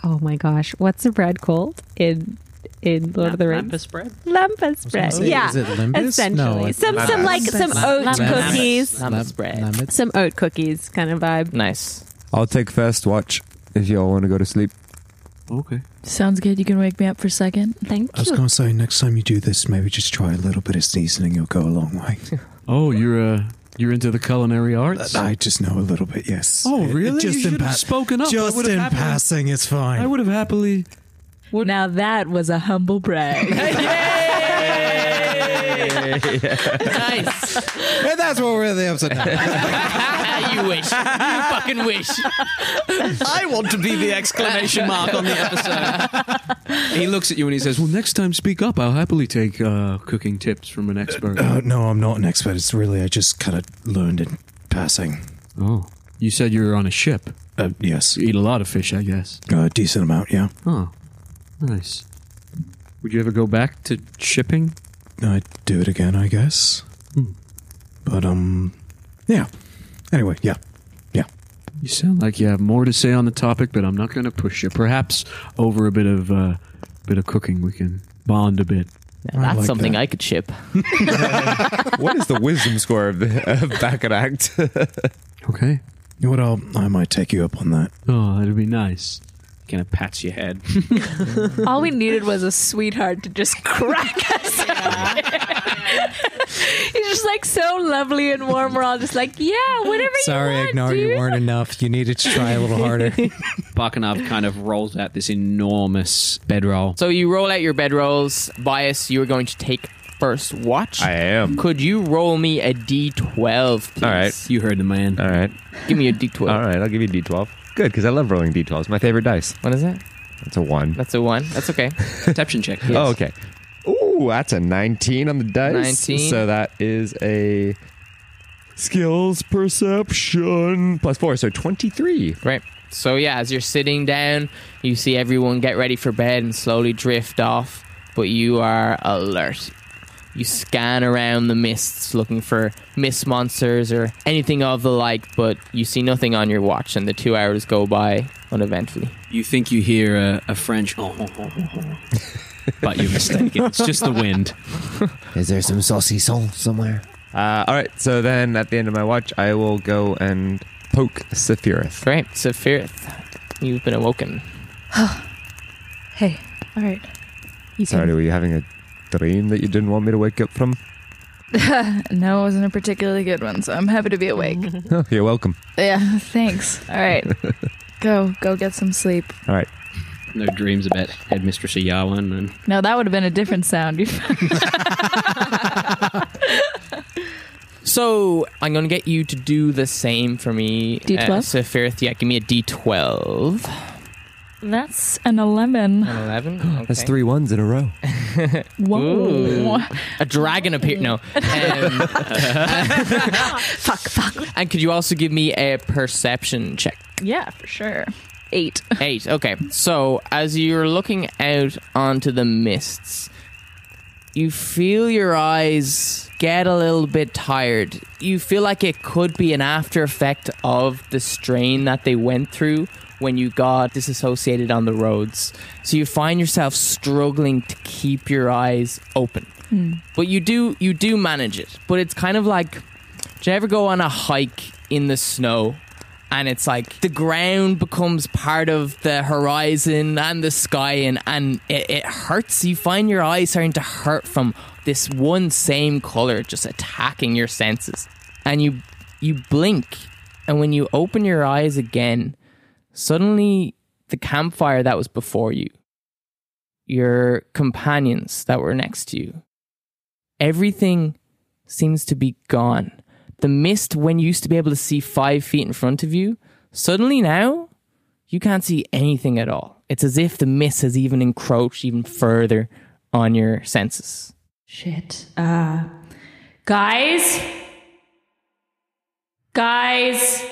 I: oh my gosh, what's the bread called in in Lord of the Rings?
H: Lampus bread?
I: Lampus bread.
H: Is it-
I: yeah,
H: is it limbus?
I: essentially.
H: No, it's
I: some some
H: lampus.
I: like some
H: Lampus.
I: oat
H: Lampus.
I: cookies,
H: Lampus bread.
I: some oat cookies kind of vibe.
B: Nice.
K: I'll take first watch if y'all want to go to sleep.
C: Okay.
E: Sounds good. You can wake me up for a second.
I: Thank
G: I was going to say, next time you do this, maybe just try a little bit of seasoning. You'll go a long way.
C: Oh, you're uh, you're into the culinary arts.
G: I just know a little bit, yes.
C: Oh,
G: It- it
C: really?
G: just
C: you should
G: in
C: have
G: pa-
C: spoken up. I
G: Just
C: would have
G: in
C: happily-
G: passing, it's fine.
C: I would have happily.
E: Now that was a humble brag.
B: nice.
J: And that's what we're in the episode.
B: you wish. You fucking wish.
C: I want to be the exclamation mark on the episode. he looks at you and he says, "Well, next time, speak up. I'll happily take uh, cooking tips from an expert."
G: Uh, no, I'm not an expert. It's really, I just kind of learned in passing.
C: oh, you said you were on a ship.
G: Uh, yes.
C: You eat a lot of fish, I guess.
G: A decent amount, yeah.
C: Oh, nice. Would you ever go back to shipping?
G: I'd do it again, I guess.
C: Hmm.
G: But, um, yeah. Anyway, yeah. Yeah.
C: You sound like you have more to say on the topic, but I'm not going to push you. Perhaps over a bit of uh, bit of cooking, we can bond a bit.
B: Now, that's
G: like
B: something
G: that.
B: I could ship.
K: what is the wisdom score of the of back at act?
C: Okay.
G: You know what? I'll, I might take you up on that.
C: Oh, that'd be nice. Kind of pats your head.
E: All we needed was a sweetheart to just crack us. He's just like so lovely and warm. We're all just like, yeah, whatever
J: Sorry,
E: you want,
J: Agnar,
E: dude.
J: you weren't enough. You needed to try a little harder.
C: Barkanav kind of rolls out this enormous bedroll.
B: So you roll out your bedrolls. Bias, you are going to take first watch.
K: am.
B: Could you roll me a d12, please?
K: All right.
C: You heard the man.
K: All right.
B: Give me a d12.
K: All right. I'll give you a d12. Good, because I love rolling d12s. My favorite dice.
B: What is that?
K: That's a one.
B: That's a one. That's okay.
C: Perception check.
K: Oh, okay. Ooh, that's a 19 on the dice.
B: 19.
K: So that is a skills perception plus four. So 23.
B: Right. So yeah, as you're sitting down, you see everyone get ready for bed and slowly drift off, but you are alert. You scan around the mists looking for mist monsters or anything of the like, but you see nothing on your watch and the 2 hours go by uneventfully.
C: You think you hear a, a French, oh, oh, oh, oh, oh. but you're mistaken. It's just the wind.
J: is there some saucy soul somewhere?
K: Uh, all right. So then at the end of my watch, I will go and poke Sephiroth.
B: Great. So Firith, you've been awoken.
E: Hey, all right. You
K: Sorry, were you having a dream that you didn't want me to wake up from?
E: No, it wasn't a particularly good one, so I'm happy to be awake.
K: Oh, you're welcome.
E: yeah, thanks. All right. Go, go get some sleep.
K: All right.
C: No dreams about headmistress Yawan. And
E: No, that would have been a different sound. You
B: So I'm going to get you to do the same for me.
E: D12?
B: Uh, so Firith, yeah, give me a D12.
E: That's an
B: An
E: 11.
B: 11?
D: That's three ones in a row.
E: Whoa.
B: A dragon appear. No. fuck, fuck. And could you also give me a perception check?
E: Yeah, for sure. Eight.
B: Eight. Okay. So as you're looking out onto the mists, you feel your eyes get a little bit tired. You feel like it could be an after effect of the strain that they went through when you got disassociated on the roads. So you find yourself struggling to keep your eyes open.
E: Hmm.
B: But you do you do manage it. But it's kind of like do you ever go on a hike in the snow and it's like the ground becomes part of the horizon and the sky and, and it, it hurts. You find your eyes starting to hurt from this one same color just attacking your senses. And you you blink and when you open your eyes again, suddenly the campfire that was before you, your companions that were next to you, everything seems to be gone. The mist, when you used to be able to see five feet in front of you, suddenly now you can't see anything at all. It's as if the mist has even encroached even further on your senses.
E: Shit. Uh, guys? Guys?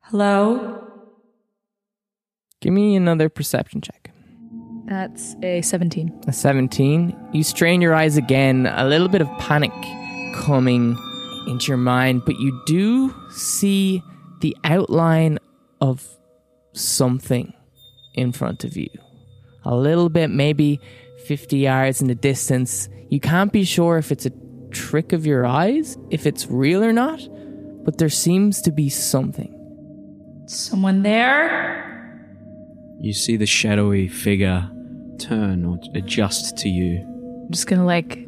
E: Hello?
B: Give me another perception check.
E: That's a 17.
B: A 17. You strain your eyes again, a little bit of panic coming into your mind, but you do see the outline of something in front of you. A little bit, maybe 50 yards in the distance. You can't be sure if it's a trick of your eyes, if it's real or not, but there seems to be something.
E: Someone there?
C: You see the shadowy figure turn or adjust to you.
E: I'm just gonna like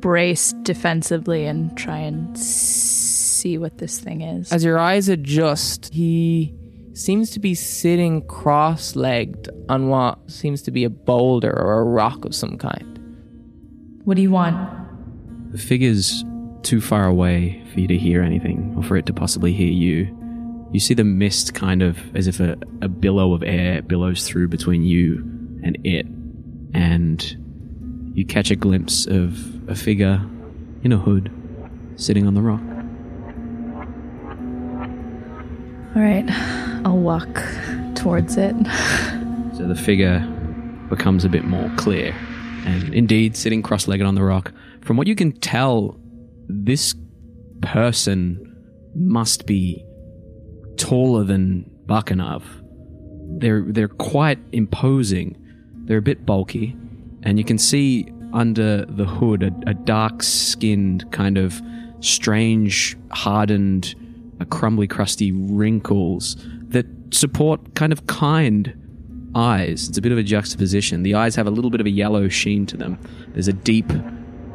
E: brace defensively and try and see what this thing is.
B: As your eyes adjust, he seems to be sitting cross legged on what seems to be a boulder or a rock of some kind.
E: What do you want?
C: The figure's too far away for you to hear anything or for it to possibly hear you. You see the mist kind of as if a, a billow of air billows through between you and it, and you catch a glimpse of a figure in a hood sitting on the rock.
E: All right, I'll walk towards it.
C: So the figure becomes a bit more clear. And indeed, sitting cross legged on the rock, from what you can tell, this person must be taller than Bakanov. They're, they're quite imposing, they're a bit bulky, and you can see under the hood a, a dark skinned, kind of strange, hardened, uh, crumbly, crusty wrinkles that support kind of kind eyes. It's a bit of a juxtaposition. The eyes have a little bit of a yellow sheen to them. There's a deep,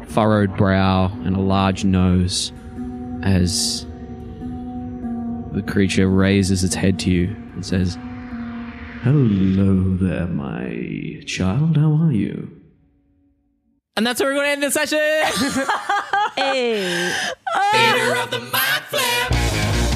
C: furrowed brow and a large nose as the creature raises its head to you and says, Hello there, my child. How are you?
B: And that's where we're going to end the session. hey. of the mind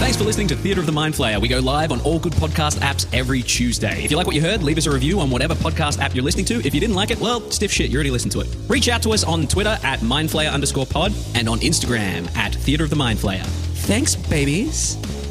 L: Thanks for listening to Theatre of the Mind Flayer. We go live on all good podcast apps every Tuesday. If you like what you heard, leave us a review on whatever podcast app you're listening to. If you didn't like it, well, stiff shit, you already listened to it. Reach out to us on Twitter at mindflayer underscore pod and on Instagram at Theatre of the Mind Flayer. Thanks, babies.